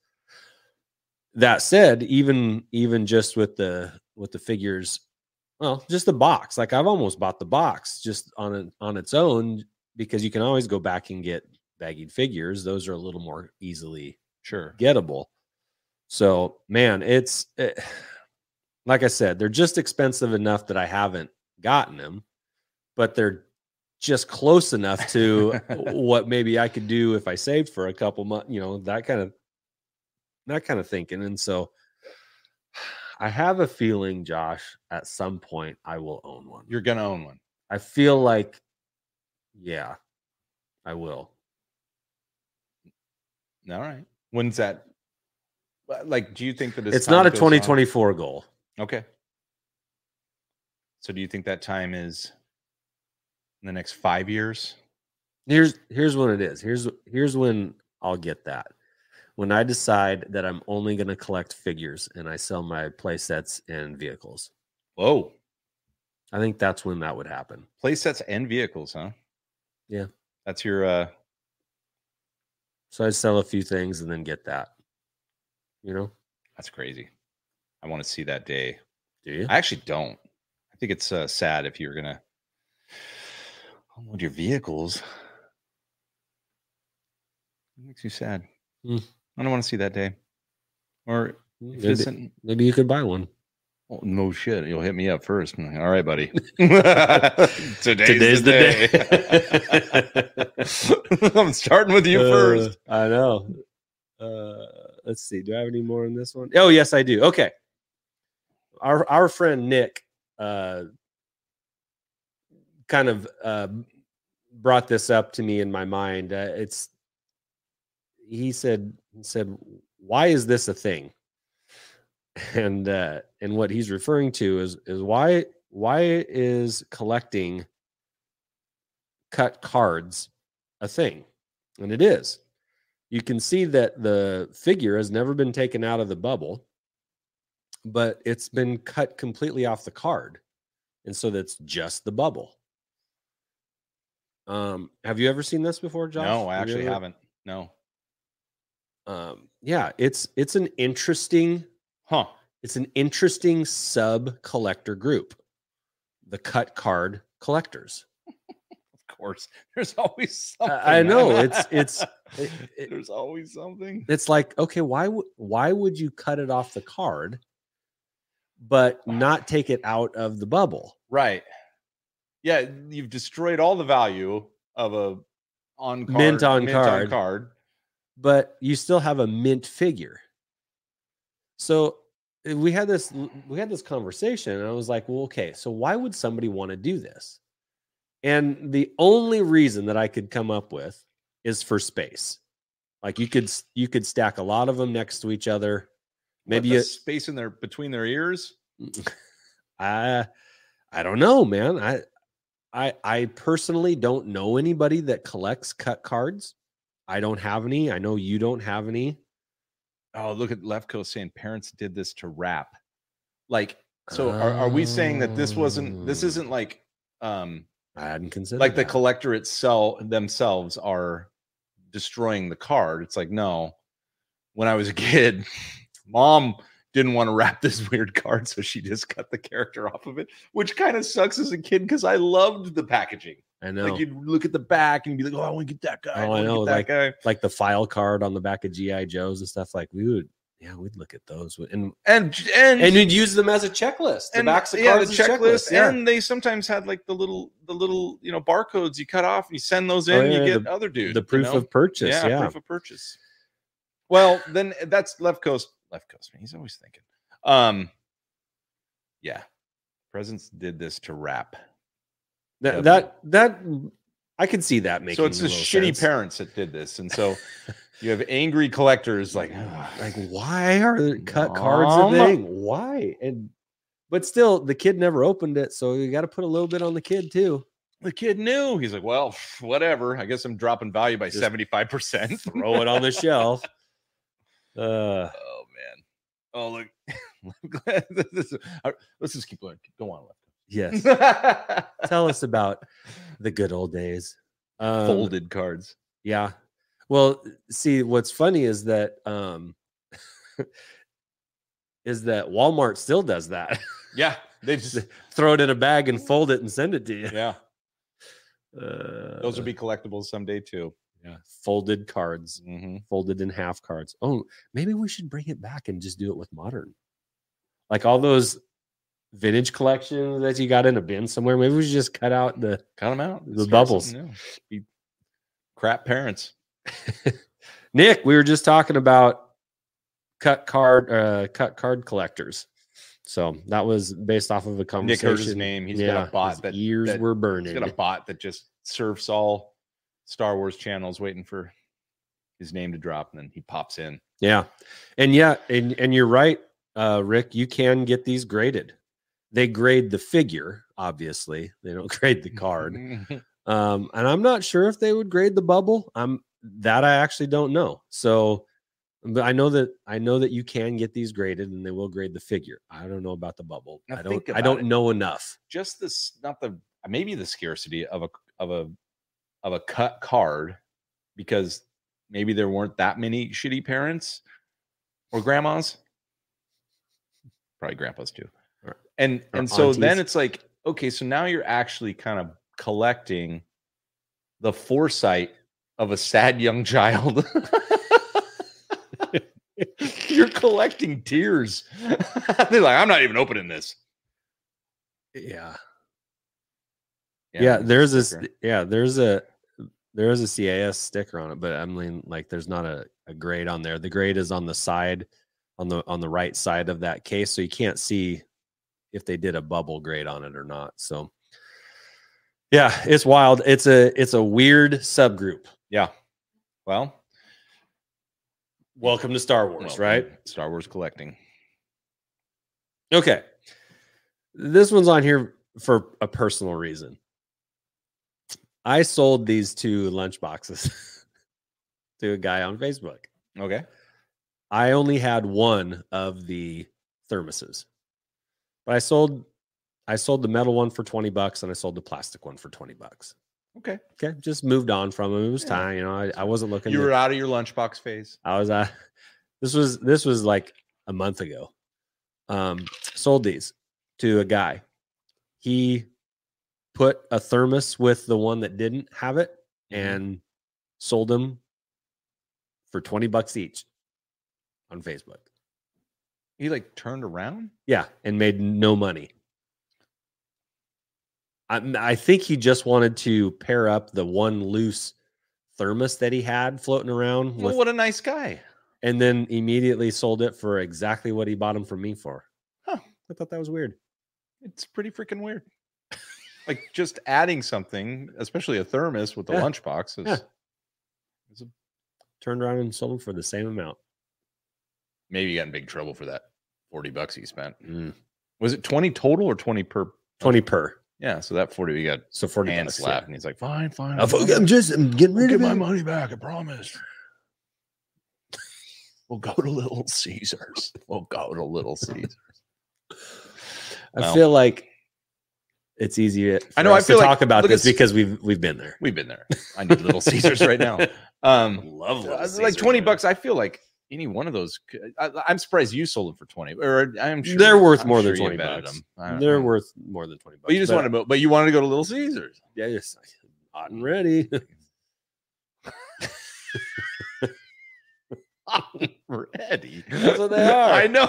S1: That said, even even just with the with the figures, well, just the box. Like I've almost bought the box just on it on its own because you can always go back and get baggied figures. Those are a little more easily
S3: Sure.
S1: gettable. So, man, it's it- like I said, they're just expensive enough that I haven't gotten them, but they're just close enough to what maybe I could do if I saved for a couple months, you know, that kind of that kind of thinking. And so I have a feeling, Josh, at some point I will own one.
S3: You're gonna own one.
S1: I feel like yeah, I will.
S3: All right. When's that? Well, Like, do you think that as
S1: It's, not
S3: time
S1: a
S3: goes on-
S1: 2024 goal.
S3: Okay. So, do you think that time is in the next five years?
S1: here's here's when it is here's here's when i'll get that when i decide that i'm only going to collect figures and i sell my play sets and vehicles
S3: Whoa.
S1: i think that's when that would happen
S3: Play sets and vehicles, huh?
S1: Yeah.
S3: That's your. uh
S1: so i sell a few things and then get that you know
S3: That's crazy. I want to see that day.
S1: do you
S3: I actually don't. I think it's uh, sad if you're gonna unload your vehicles. It makes you sad. I don't want to see that day. Or if it
S1: Hmm. Maybe,
S3: isn't,
S1: maybe you could buy one.
S3: oh, no shit. You'll hit me up 1st all right, buddy. Today's,
S1: Today's the
S3: day. I'm starting with you first.
S1: Uh, I know. Uh, let's see. Do I have any more on this one? Oh, yes, I do. Okay. Our our friend Nick uh, kind of uh, brought this up to me in my mind. Uh, it's he said he said why is this a thing? And uh, and what he's referring to is is why why is collecting cut cards a thing? And it is. You can see that the figure has never been taken out of the bubble, but it's been cut completely off the card. And so that's just the bubble. Um, have you ever seen this before, Josh?
S3: No, I
S1: Have you
S3: actually
S1: ever-
S3: haven't. No.
S1: Um, yeah, it's it's an interesting
S3: Huh.
S1: it's an interesting sub collector group, the cut card collectors.
S3: Of course. There's always something.
S1: I- I know,
S3: man.
S1: it's- it's- it- it-
S3: There's always something.
S1: it's like okay why would why would you cut it off the card but not take it out of the bubble
S3: Right. Yeah, you've destroyed all the value of a on card
S1: Mint on
S3: On
S1: card.
S3: card.
S1: but you still have a mint figure so eh, we had this l- we had this conversation and i was like well okay so why would somebody want to do this and the only reason that i could come up with is for space like you could s- you could stack a lot of them next to each other maybe
S3: Maybe a
S1: it-
S3: space in their between their ears.
S1: I I don't know, man. I I I personally don't know anybody that collects cut cards. I don't have any. I know you don't have any.
S3: Oh, look at Lefko saying parents did this to rap. Like, so are, are we saying that this wasn't this
S1: Oh.
S3: isn't like um
S1: I hadn't considered
S3: like the
S1: that.
S3: collector itself themselves are destroying the card. It's like, no, when I was a kid, mom didn't want to wrap this weird card, so she just cut the character off of it, which kind of sucks as a kid because I loved the packaging.
S1: I know,
S3: Like
S1: like,
S3: you'd look at the back and be like, Oh, I want to get that guy.
S1: Oh, I
S3: wanna get
S1: know,
S3: that
S1: like-
S3: guy.
S1: the file card on the back of GI Joes and stuff. Like we would, yeah, we'd look at those w- and
S3: And and
S1: and you'd use them as a checklist. The backs of
S3: yeah,
S1: cards
S3: the
S1: as
S3: checklist,
S1: checklists, yeah.
S3: and they sometimes had like the little the little you know barcodes you cut off and you send those in,
S1: Oh,
S3: and you
S1: yeah,
S3: get other dude
S1: the
S3: you
S1: proof
S3: know?
S1: of purchase. Yeah,
S3: proof of purchase. Well, then eh, that's left coast. Left coast. Man, he's always thinking. Um, yeah, Presence did this to rap.
S1: That,
S3: definitely.
S1: that that I could see that making.
S3: so it's the
S1: little
S3: shitty
S1: sense.
S3: parents that did this, and so you have angry collectors like,
S1: like
S3: like
S1: why are the cut cards a
S3: Mom.
S1: thing why and but still the kid never opened it so you got to put a little bit on the kid too
S3: the kid knew. He's like, well, pff, whatever. I guess I'm dropping value by
S1: Just
S3: seventy five percent.
S1: throw it on the shelf uh
S3: Oh man. Oh look. I'm glad this is- all right, Let's just keep going. Go on.
S1: yes
S3: Lefko.
S1: tell us about the good old days um,
S3: Folded cards.
S1: yeah well see what's funny is that um is that walmart still does that
S3: Yeah, they just
S1: throw it in a bag and fold it and send it to you
S3: yeah.
S1: uh,
S3: Those will be collectibles someday too.
S1: yeah, Uh, folded cards
S3: Mm-hmm.
S1: folded in half cards. Oh, maybe we should bring it back and just do it with modern. Like all those vintage collections that you got in a bin somewhere. Maybe we should just cut out the
S3: Cut them out.
S1: The
S3: Start
S1: bubbles.
S3: something new. Be crap parents.
S1: Nick. We were just talking about cut card uh cut card collectors. So that was based off of a
S3: Nick
S1: conversation.
S3: heard his name. He's got a bot
S1: his
S3: that
S1: ears
S3: that-
S1: were
S3: He's
S1: burning.
S3: got a bot that just surfs all Star Wars channels, waiting for his name to drop, and then he pops in.
S1: Yeah. And yeah, and, and you're right, uh, Rick, you can get these graded. They grade the figure, obviously. They don't grade the card. Um, and I'm not sure if they would grade the bubble. I'm that I actually don't know. So but I know that I know that you can get these graded and they will grade the figure. I don't know about the bubble.
S3: Now
S1: I don't
S3: think
S1: I
S3: about
S1: don't
S3: it.
S1: know enough.
S3: just this, not the maybe the scarcity of a of a of a cut card, because maybe there weren't that many shitty parents or grandmas, probably grandpas too.
S1: Or-
S3: and
S1: or
S3: and so then
S1: aunties.
S3: it's like okay so now you're actually kind of collecting the foresight of a sad young child You're collecting tears. They're like, I'm not even opening this.
S1: Yeah. Yeah, there's this
S3: sticker.
S1: yeah, there's a there is a CAS sticker on it, but I mean like there's not a, a grade on there. The grade is on the side on the on the right side of that case, so you can't see if they did a bubble grade on it or not. So yeah, it's wild. It's a it's a weird subgroup.
S3: Well,
S1: Welcome to Star Wars,
S3: well,
S1: right?
S3: Star Wars collecting.
S1: Okay. This one's on here for a personal reason. I sold these two lunch boxes to a guy on Facebook.
S3: Okay.
S1: I only had one of the thermoses. But I sold I sold the metal one for 20 bucks and I sold the plastic one for 20 bucks.
S3: Okay.
S1: Okay. Just moved on from them. It was
S3: Yeah.
S1: time. You know, I, I wasn't looking
S3: You
S1: to-
S3: were out of your lunchbox phase.
S1: I was uh this was this was like a month ago. Um sold these to a guy. He put a thermos with the one that didn't have it
S3: Mhm.
S1: and sold them for 20 bucks each on Facebook.
S3: He like turned around.
S1: Yeah, and made no money. I I think he just wanted to pair up the one loose thermos that he had floating around
S3: Well,
S1: with
S3: what a nice guy.
S1: and then immediately sold it for exactly what he bought them from me for.
S3: Huh.
S1: I thought that was weird.
S3: It's pretty freaking weird. like just adding something, especially a thermos with the
S1: Yeah.
S3: lunchbox, is
S1: Yeah. Turned around and sold them for the same amount.
S3: maybe you got in big trouble for that. Forty bucks he spent. Was it twenty total or twenty per?
S1: Twenty per,
S3: Yeah, so that forty we got
S1: so forty
S3: hand
S1: bucks. Yeah.
S3: slapped, and he's like, "Fine, fine,
S1: I
S3: I'll
S1: think I'm just I'm getting
S3: We'll
S1: rid
S3: get
S1: of
S3: my
S1: it.
S3: money back, I promise. We'll go to Little Caesars. We'll go to Little Caesars.
S1: I
S3: Well.
S1: feel like it's easy.
S3: I know, I feel
S1: to
S3: like-
S1: talk about
S3: look,
S1: this
S3: it's-
S1: because we've we've been there.
S3: We've been there. I need Little Caesars right now. Um,
S1: Love Little
S3: uh, like
S1: Caesars,
S3: twenty
S1: man.
S3: bucks. I feel like any one of those. could- I, am surprised you sold them for twenty. Or I'm sure
S1: They're worth
S3: I'm
S1: more than
S3: sure
S1: 20
S3: you vetted
S1: bucks.
S3: 'em. I don't
S1: They're
S3: know.
S1: worth more than twenty bucks.
S3: But you just wanted, to, but you wanted to go to Little Caesars.
S1: yeah, yes, hot and ready.
S3: Ready?
S1: That's what they are.
S3: I know.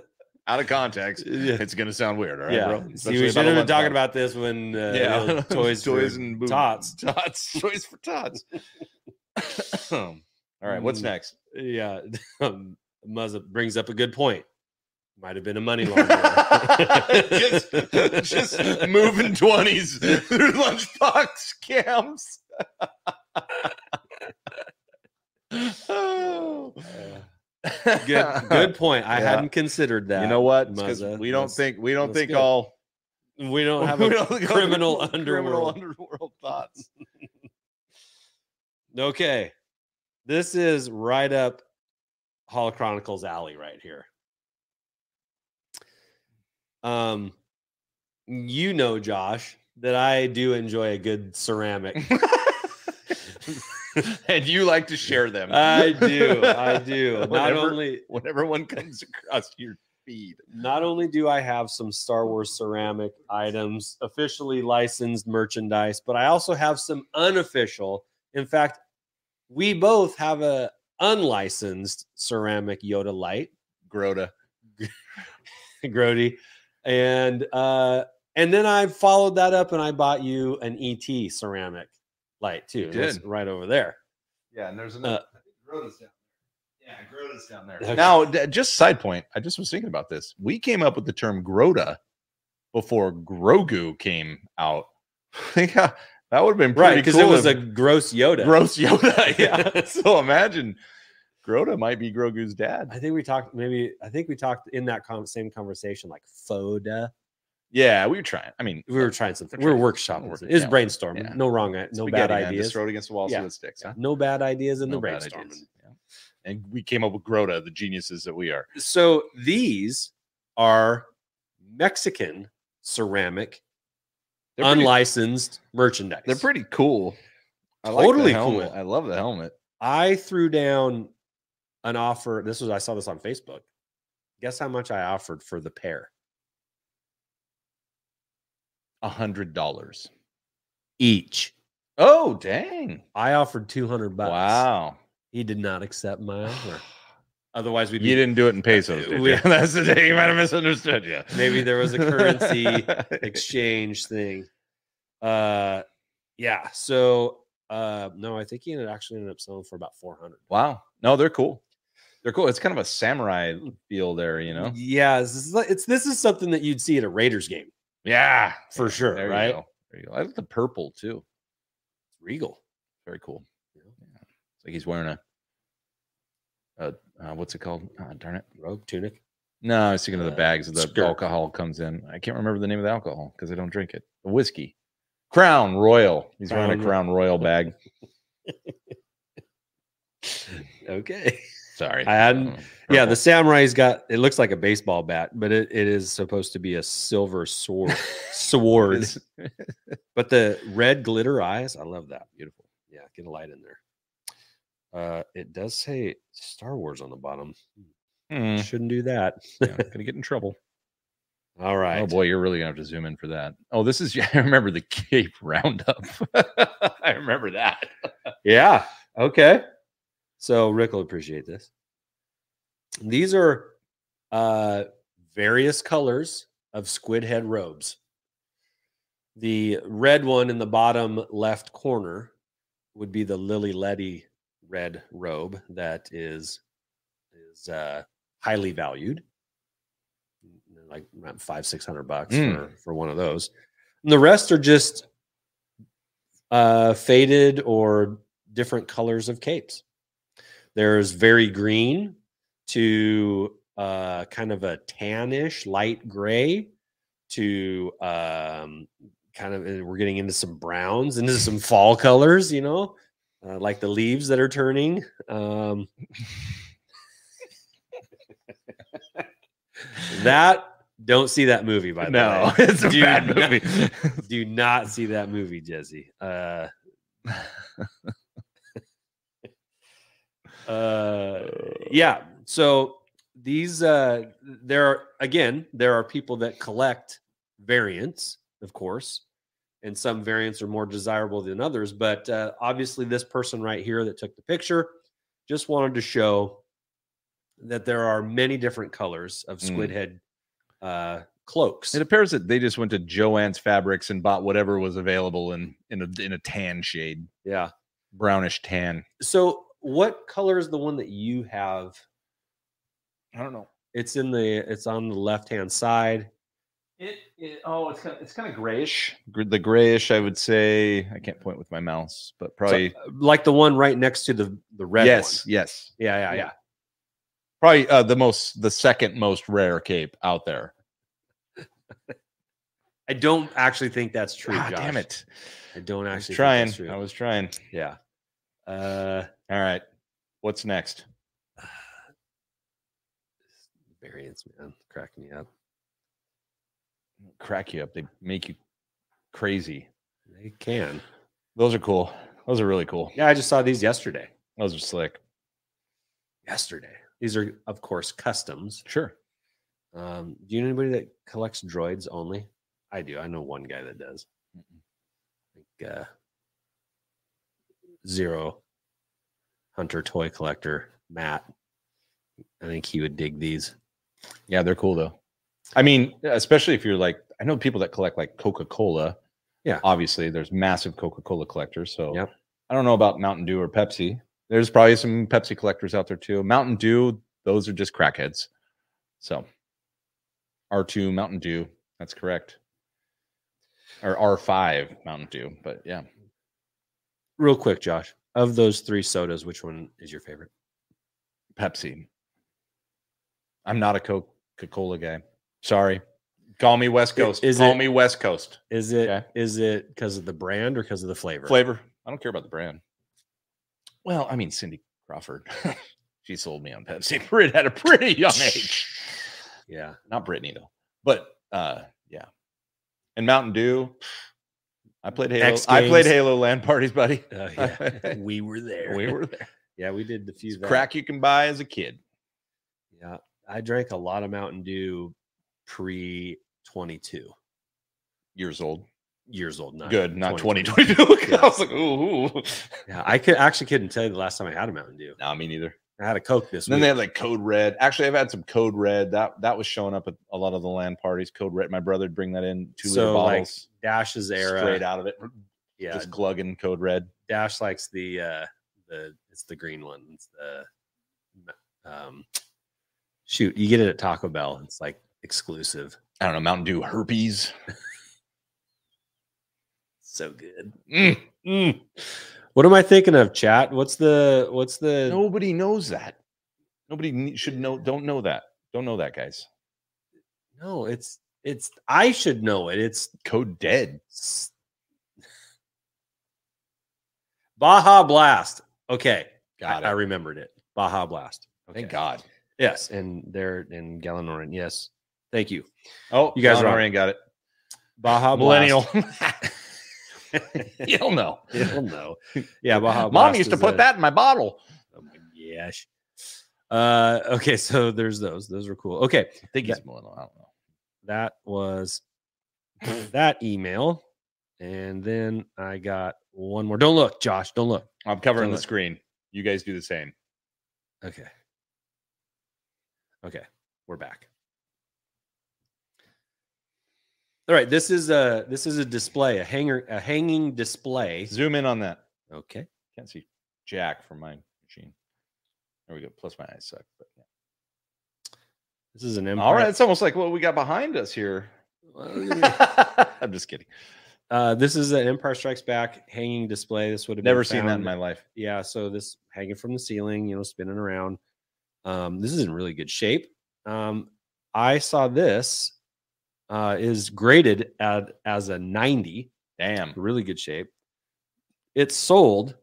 S3: Out of context,
S1: Yeah.
S3: it's gonna sound weird. All right,
S1: yeah,
S3: bro.
S1: see, we
S3: Especially
S1: should have been
S3: about
S1: talking
S3: lunchtime.
S1: about this when uh,
S3: yeah,
S1: you know, toys, toys and
S3: boob-
S1: tots.
S3: tots, toys for tots. Um, All right, what's
S1: Mm.
S3: next?
S1: Yeah, um, Muzza brings up a good point. Might have been a money launderer.
S3: just, just moving twenties through lunchbox scams. oh.
S1: good, good point. I
S3: Yeah.
S1: hadn't considered that.
S3: You know what? It's 'cause
S1: Muzza.
S3: we don't
S1: That's-
S3: think we don't
S1: that's
S3: think
S1: good.
S3: all
S1: we don't have
S3: we
S1: a
S3: don't think all
S1: criminal
S3: criminal
S1: underworld.
S3: underworld thoughts.
S1: Okay, this is right up Hall Chronicles alley right here. Um, you know, Josh, that I do enjoy a good ceramic.
S3: and you like to share them.
S1: I do. I do. Not
S3: Whenever-
S1: only
S3: whenever one comes across your feed.
S1: not only do I have some Star Wars ceramic items, officially licensed merchandise, but I also have some unofficial. In fact, we both have a unlicensed ceramic Yoda light,
S3: Grota.
S1: Grody. And uh and then I followed that up and I bought you an ET ceramic light too.
S3: You
S1: It's
S3: did.
S1: right over there.
S3: Yeah, and there's
S1: another-
S3: Grota's down there. Yeah, Grota's down there.
S1: Uh, Okay.
S3: Now, d- just side point. I just was thinking about this. We came up with the term Grota before Grogu came out. yeah, that would have been
S1: Right,
S3: pretty
S1: because
S3: cool
S1: it was
S3: if-
S1: a gross Yoda.
S3: gross Yoda. Yeah. so imagine Grota might be Grogu's dad.
S1: I think we talked maybe I think we talked in that con- same conversation like Foda.
S3: Yeah, we were trying. I mean,
S1: We were trying something.
S3: We're
S1: We were workshopping.
S3: trying. We're
S1: It
S3: working
S1: was
S3: out.
S1: brainstorming.
S3: Yeah.
S1: No wrong. i- No
S3: spaghetti,
S1: bad
S3: man.
S1: ideas.
S3: Just throw it against the wall
S1: Yeah.
S3: so it sticks. Huh?
S1: No bad ideas in
S3: No
S1: the
S3: bad
S1: brainstorming.
S3: ideas. Yeah. And we came up with Grota, the geniuses that we are.
S1: So these are Mexican ceramic
S3: They're pretty-
S1: unlicensed merchandise.
S3: they're pretty cool. I
S1: Totally
S3: the helmet.
S1: cool.
S3: I love the helmet.
S1: I threw down an offer. This was I saw this on Facebook. Guess how much I offered for the pair?
S3: A hundred dollars.
S1: Each.
S3: Oh dang!
S1: I offered 200 bucks.
S3: Wow.
S1: He did not accept my offer. Otherwise, we'd be
S3: You didn't do it in pesos. Did
S1: We-
S3: you? That's the thing. You might have misunderstood. Yeah.
S1: Maybe there was a currency exchange thing. Uh, yeah. So uh, no, I think he ended actually ended up selling for about four hundred.
S3: wow. No, they're cool. They're cool. It's kind of a samurai feel there, you know?
S1: Yeah, this is like- it's this is something that you'd see at a Raiders game.
S3: Yeah.
S1: For sure,
S3: There
S1: right?
S3: You go. There you go. I like the purple too.
S1: Regal.
S3: Very cool. Yeah. It's like he's wearing a, a uh, what's it called? Ah, darn it.
S1: robe tunic.
S3: No, I was thinking of the
S1: Uh,
S3: bags that the
S1: skirt.
S3: alcohol comes in. I can't remember the name of the alcohol because I don't drink it. The whiskey. Crown Royal. He's wearing a
S1: Crown
S3: Crown Royal bag.
S1: Okay.
S3: Sorry.
S1: I hadn't-
S3: Um,
S1: Yeah,
S3: purple.
S1: the samurai's got it looks like a baseball bat, but it, it is supposed to be a silver sword sword.
S3: It's-
S1: but the red glitter eyes, I love that. Beautiful. Yeah, get a light in there. Uh it does say Star Wars on the bottom.
S3: Hmm.
S1: Shouldn't do that.
S3: Yeah, gonna get in trouble.
S1: All right.
S3: Oh boy, you're really gonna have to zoom in for that. Oh, this is I remember the Cape Roundup. I remember that.
S1: Yeah. Okay. So Rick will appreciate this. These are uh, various colors of squid head robes. The red one in the bottom left corner would be the Lily Letty red robe that is is uh, highly valued, like around five six hundred bucks
S3: Mm.
S1: for for one of those. And the rest are just uh, faded or different colors of capes. There's very green to uh, kind of a tannish, light gray to um, kind of, and we're getting into some browns, into some fall colors, you know, uh, like the leaves that are turning. Um, that, don't see that movie, by the way
S3: No, it's a
S1: Do
S3: bad
S1: not-
S3: movie.
S1: do not see that movie, Jesse. Uh, uh, yeah. So these, uh, there are, again, there are people that collect variants, of course, and some variants are more desirable than others. But uh, obviously, this person right here that took the picture just wanted to show that there are many different colors of
S3: Mm.
S1: squid head uh, cloaks.
S3: It appears that they just went to Joanne's Fabrics and bought whatever was available in in a in a tan shade,
S1: yeah.
S3: brownish tan.
S1: So, what color is the one that you have?
S3: I don't know.
S1: It's in the. It's on the left hand side.
S3: It, it oh, it's kind of, it's kind of grayish. The grayish, I would say. I can't point with my mouse, but
S1: So,
S3: probably
S1: uh, like the one right next to the the red.
S3: yes,
S1: One.
S3: yes,
S1: Yeah. Yeah. Yeah.
S3: probably uh, the most the second most rare cape out there.
S1: I don't actually think that's true.
S3: Ah,
S1: Josh.
S3: damn it!
S1: I don't
S3: I was
S1: actually.
S3: trying.
S1: Think that's true.
S3: I was trying.
S1: yeah. Uh,
S3: All right. What's next?
S1: variants, man, crack me up.
S3: Crack you up. They make you crazy.
S1: They can.
S3: Those are cool. Those are really cool.
S1: Yeah, I just saw these yesterday.
S3: Those are slick.
S1: Yesterday. These are, of course, customs.
S3: Sure.
S1: Um, do you know anybody that collects droids only? I do. I know one guy that does. Like uh, zero hunter toy collector Matt. I think he would dig these.
S3: Yeah, they're cool though. I mean, especially if you're like, I know people that collect like Coca Cola.
S1: Yeah.
S3: Obviously, there's massive Coca Cola collectors. So
S1: Yep.
S3: I don't know about Mountain Dew or Pepsi. There's probably some Pepsi collectors out there too. Mountain Dew, those are just crackheads. So R2 Mountain Dew, that's correct. Or R5 Mountain Dew. But yeah.
S1: Real quick, Josh. Of those three sodas, which one is your favorite?
S3: Pepsi. I'm not a Coca Cola guy. Sorry. Call me West
S1: I-
S3: Coast.
S1: is
S3: Call
S1: it-
S3: me West Coast.
S1: Is it is
S3: Okay.
S1: it because of the brand or because of the flavor?
S3: Flavor. I don't care about the brand. Well, I mean, Cindy Crawford. she sold me on Pepsi. Brit at a pretty young age.
S1: Yeah.
S3: Not Brittany, though. But uh, yeah. And Mountain Dew. I played Halo.
S1: X
S3: I played
S1: Games.
S3: Halo land parties, buddy.
S1: Oh, yeah. we were there.
S3: We were there.
S1: Yeah, we did the few
S3: It's crack you can buy as a kid.
S1: Yeah. I drank a lot of Mountain Dew pre 22.
S3: Years old.
S1: years old. Not
S3: Good, not
S1: 2022.
S3: 2022.
S1: Yeah.
S3: I was like, ooh, ooh.
S1: Yeah, I could actually couldn't tell you the last time I had a Mountain Dew.
S3: Nah, me neither.
S1: I had a Coke this
S3: And then
S1: week.
S3: they have like Code Red. Actually, I've had some Code Red. That that was showing up at a lot of the land parties. Code Red. My brother would bring that in two liter
S1: So, like,
S3: bottles
S1: Dash's era.
S3: straight out of it.
S1: Yeah,
S3: Just glugging Code Red.
S1: Dash likes the uh the it's the green one. It's the um shoot, you get it at Taco Bell. It's like exclusive.
S3: I don't know Mountain Dew herpes.
S1: So good.
S3: Mm.
S1: What am I thinking of, chat? What's the what's the
S3: Nobody knows that. Nobody ne- should know. Don't know that. Don't know that, guys.
S1: no, it's it's I should know it. It's
S3: Code Dead.
S1: s- Baja Blast. Okay.
S3: Got
S1: I, I
S3: it.
S1: remembered it. Baja Blast. Okay.
S3: Thank God.
S1: Yes. And they're in Gallinorin. Yes. Thank you.
S3: Oh,
S1: You guys
S3: John
S1: are on.
S3: Orion got it.
S1: Baja
S3: Millennial.
S1: Blast.
S3: You'll know.
S1: You'll know. Yeah, Baja
S3: Mom
S1: Blast
S3: used to
S1: is
S3: put
S1: a-
S3: that in my bottle.
S1: Oh my gosh. Uh, okay, so there's those. Those were cool. Okay,
S3: I think
S1: he's
S3: millennial. I don't know.
S1: that was that email, and then I got one more. Don't look, Josh. Don't look.
S3: I'm covering the
S1: Something.
S3: screen. You guys do the same.
S1: Okay. Okay, we're back. All right, this is a this is a display, a hanger, a hanging display.
S3: Zoom in on that.
S1: Okay.
S3: Can't see Jack from my machine. There we go. Plus my eyes suck. But
S1: This is an
S3: all
S1: empire.
S3: right, it's almost like what we got behind us here.
S1: Well,
S3: I'm just kidding.
S1: Uh, this is an Empire Strikes Back hanging display. This would have
S3: Never
S1: been
S3: seen that
S1: found-
S3: in my life.
S1: yeah. So this hanging from the ceiling, you know, spinning around. Um, this is in really good shape. Um, I saw this uh, is graded at as a ninety,
S3: Damn.
S1: really good shape. It sold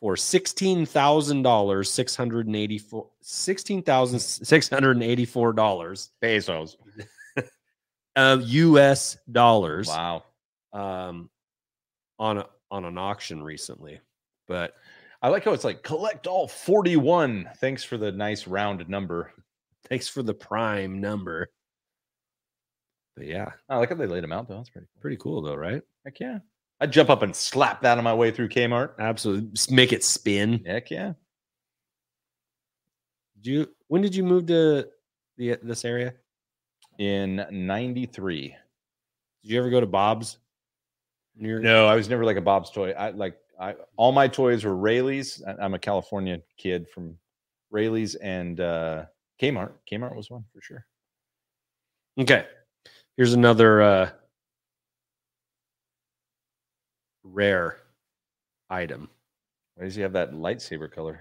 S1: for sixteen thousand dollars, six hundred and eighty four, sixteen thousand six hundred and eighty four dollars
S3: Bezos.
S1: of U.S. dollars
S3: Wow.
S1: um, on a, on an auction recently, but
S3: I like how it's like collect all 41. Thanks for the nice round number.
S1: thanks for the prime number. But yeah,
S3: I like how they laid them out though. That's pretty cool.
S1: pretty cool though, right?
S3: Heck yeah. I'd jump up and slap that on my way through Kmart.
S1: Absolutely, Just make it spin.
S3: Heck yeah.
S1: Did you when did you move to the this area?
S3: In 93.
S1: Did you ever go to Bob's? Near,
S3: No, I was never like a Bob's toy. I like I all my toys were Rayleigh's. I, am a California kid from Rayleigh's and uh Kmart. Kmart was one for sure.
S1: Okay, here's another uh, rare item.
S3: Why does he have that lightsaber color?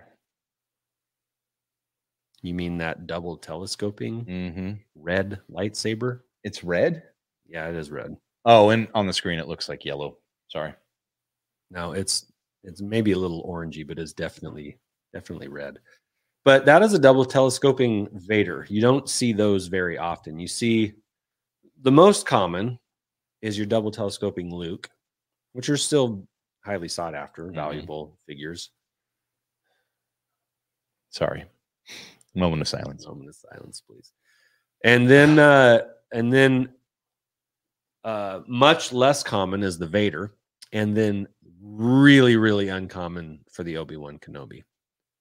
S1: You mean that double telescoping
S3: Mm-hmm.
S1: red lightsaber?
S3: It's red.
S1: Yeah, it is red.
S3: Oh, and on the screen it looks like yellow. Sorry.
S1: Now it's it's maybe a little orangey, but it's definitely definitely red. But that is a double telescoping Vader. You don't see those very often. You see the most common is your double telescoping Luke, which are still highly sought after,
S3: Mhm.
S1: valuable figures.
S3: Sorry. Moment of silence.
S1: Moment of silence, please. And then uh and then uh much less common is the Vader, and then really, really uncommon for the Obi-Wan Kenobi.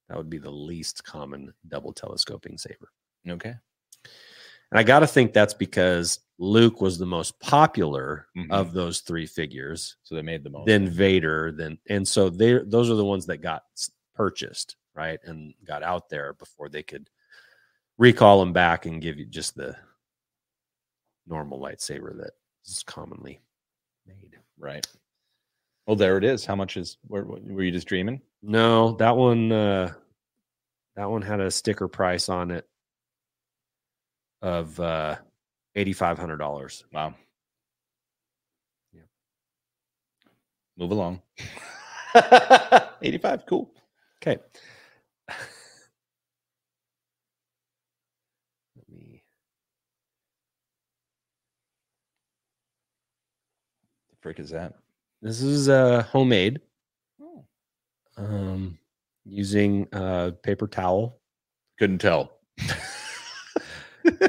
S1: That would be the least common double telescoping saber.
S3: Okay.
S1: And I gotta think that's because Luke was the most popular
S3: Mhm.
S1: of those three figures,
S3: So they made the most.
S1: then Vader, then and so they those are the ones that got s- purchased, right? And got out there before they could recall them back and give you just the normal lightsaber that is commonly made.
S3: right. Well, there it is. How much is were, were you just dreaming?
S1: No, that one uh that one had a sticker price on it of uh eighty five hundred dollars.
S3: Wow.
S1: Yeah.
S3: Move along. 85, cool.
S1: Okay. Let me
S3: The frick is that?
S1: this is uh homemade.
S3: Oh.
S1: um, using uh, paper towel
S3: Couldn't tell.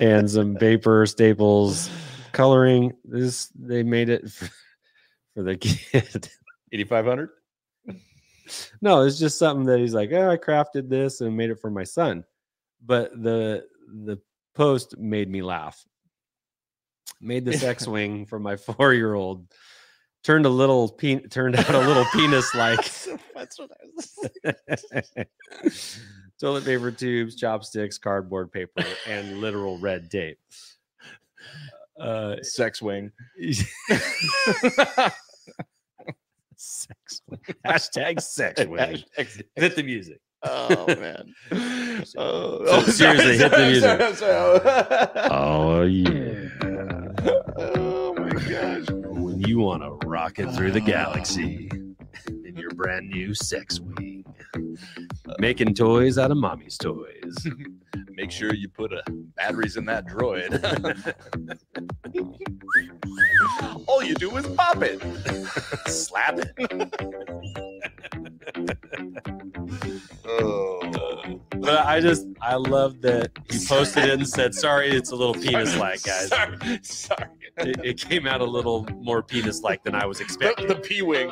S1: and some paper staples coloring. This they made it for, for the kid.
S3: 8500.
S1: no, it's just something that he's like, oh, I crafted this and made it for my son. But the the post made me laugh. Made this X-wing for my four-year-old. Turned a little pe- turned out a little penis like
S3: That's what I was.
S1: toilet paper tubes, chopsticks, cardboard paper, and literal red tape. Uh,
S3: Sex wing. Oh,
S1: sex wing. Hashtag sex wing. Hit the music.
S3: Oh man. Oh,
S1: So seriously, hit the music.
S3: I'm sorry.
S1: Oh yeah.
S3: oh my gosh.
S1: When you want to rocket through the galaxy in your brand new sex wing, making toys out of mommy's toys.
S3: Make sure you put uh batteries in that droid. All you do is pop it.
S1: Slap it.
S3: Oh.
S1: But I just, I love that he posted it and said, sorry, it's a little penis like, guys.
S3: Sorry. sorry.
S1: It, it came out a little more penis like than I was
S3: The,
S1: expecting.
S3: the P wing.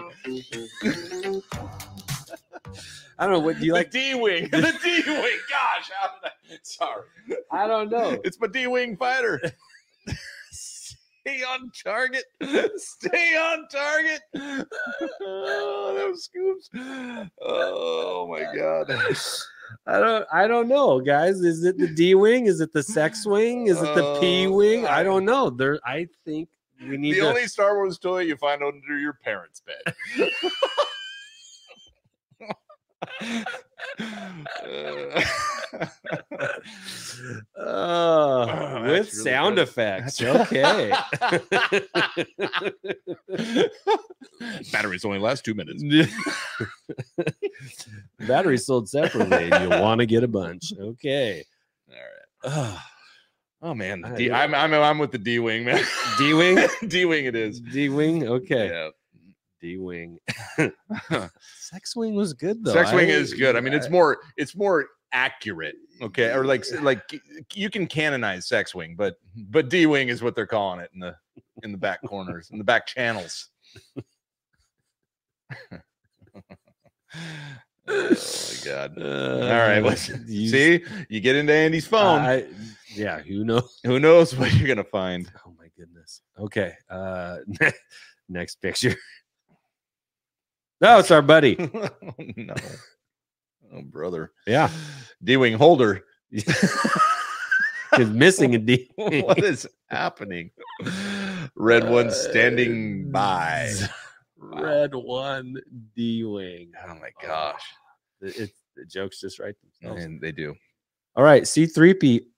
S1: I don't know. What do you like?
S3: the D wing. The D wing. Gosh. How did I... Sorry.
S1: I don't know.
S3: It's my D wing fighter. Stay on target. Stay on target. Oh, that was scoops. Oh my god.
S1: I don't. I don't know, guys. Is it the D wing? Is it the sex wing? Is it the P
S3: Uh,
S1: wing? I
S3: I-
S1: don't know. There. I think we need
S3: The
S1: to.
S3: only Star Wars toy you find under your parents' bed. Uh,
S1: Uh,
S3: Oh, that's
S1: with
S3: really
S1: sound
S3: good.
S1: effects. Okay.
S3: Batteries only last two minutes.
S1: Batteries sold separately. and You want to get a bunch. Okay.
S3: All right.
S1: Ugh.
S3: Oh man, the
S1: I-
S3: D, I'm, I'm I'm with the D wing man.
S1: D wing.
S3: D wing it is.
S1: D wing. Okay.
S3: Yeah.
S1: D wing. sex wing was good though.
S3: Sex wing
S1: I-
S3: is good. I mean, it's more it's more accurate. Okay, or like like you can canonize sex wing, but but D wing is what they're calling it in the in the back corners, in the back channels. oh my god!
S1: Uh,
S3: All right, let's-
S1: you-
S3: See, you get into Andy's phone.
S1: I- yeah, who knows?
S3: Who knows what you're gonna find?
S1: Oh my goodness. Okay. Uh next picture. oh, it's our buddy.
S3: oh, no, oh brother,
S1: Yeah.
S3: D wing holder.
S1: He's missing a D.
S3: what is happening? Red one standing
S1: Uh,
S3: by.
S1: Red one D wing.
S3: Oh my gosh.
S1: It, it- the jokes just write themselves.
S3: And they do.
S1: All right, C3P.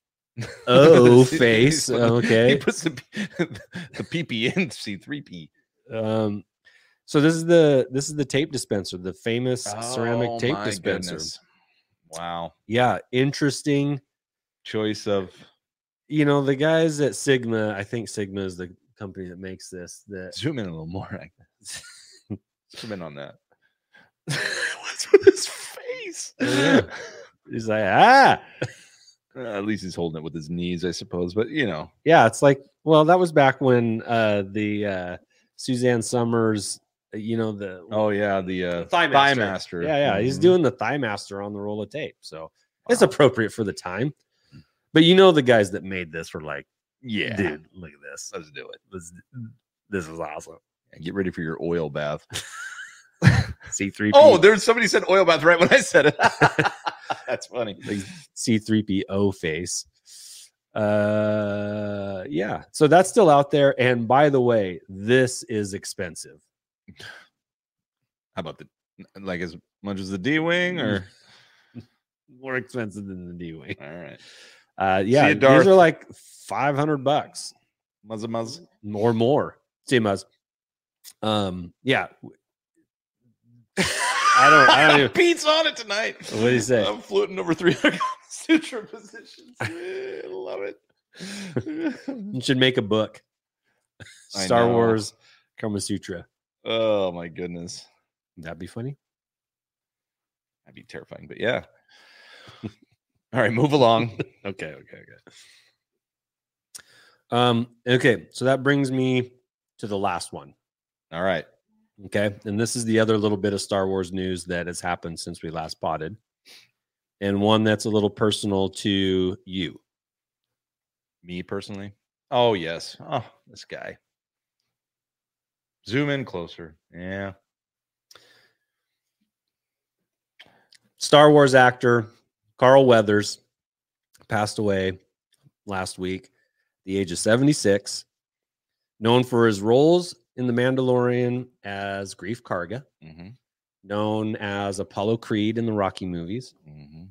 S1: Oh,
S3: He
S1: face.
S3: put the- He
S1: Okay.
S3: puts the, P- the PP in C3P.
S1: Um so this is the this is the tape dispenser, the famous ceramic tape
S3: Oh, my
S1: dispenser.
S3: goodness. Wow.
S1: Yeah, interesting
S3: Choice of
S1: you know the guys at sigma i think sigma is the company that makes this that
S3: zoom in a little more. I guess. zoom in on that. What's with his face?
S1: Oh, is like ah
S3: Uh, at least he's holding it with his knees, I suppose. But you know,
S1: yeah it's like well that was back when uh the uh suzanne summers uh, you know the
S3: oh yeah, the uh,
S1: Thigh
S3: thigh
S1: master.
S3: master.
S1: yeah yeah he's
S3: Mhm.
S1: doing the thigh master on the roll of tape so it's
S3: Wow.
S1: appropriate for the time but you know the guys that made this were like
S3: Yeah,
S1: dude look at this
S3: let's do it.
S1: this, this is awesome
S3: And get ready for your oil bath.
S1: c3p
S3: Oh, there's somebody said oil bath right when I said it. That's funny.
S1: like C3PO face. Uh yeah. So that's still out there and by the way, this is expensive.
S3: How about the like as much as the D wing or
S1: More expensive than the D-Wing.
S3: all right,
S1: Uh yeah,
S3: ya,
S1: these
S3: Darth.
S1: are like 500 bucks
S3: muzza muzz.
S1: or more. Same as um yeah,
S3: I
S1: don't- I don't even-
S3: Pete's on it tonight.
S1: What do you say?
S3: I'm floating over three sutra positions. Eh, Love it.
S1: you should make a book.
S3: I
S1: Star
S3: know.
S1: Wars Kama Sutra.
S3: oh my goodness,
S1: That'd be funny.
S3: that'd be terrifying. But yeah. All right, move along.
S1: Okay, okay, okay. Um, okay, so that brings me to the last one.
S3: All right.
S1: Okay. And this is the other little bit of Star Wars news that has happened since we last potted, and one that's a little personal to you.
S3: Me personally. Oh yes. Oh, this guy. Zoom in closer. Yeah.
S1: Star Wars actor Carl Weathers passed away last week, at the age of 76, known for his roles in The Mandalorian as Grief Karga,
S3: Mm-hmm.
S1: known as Apollo Creed in the Rocky movies,
S3: Mm-hmm.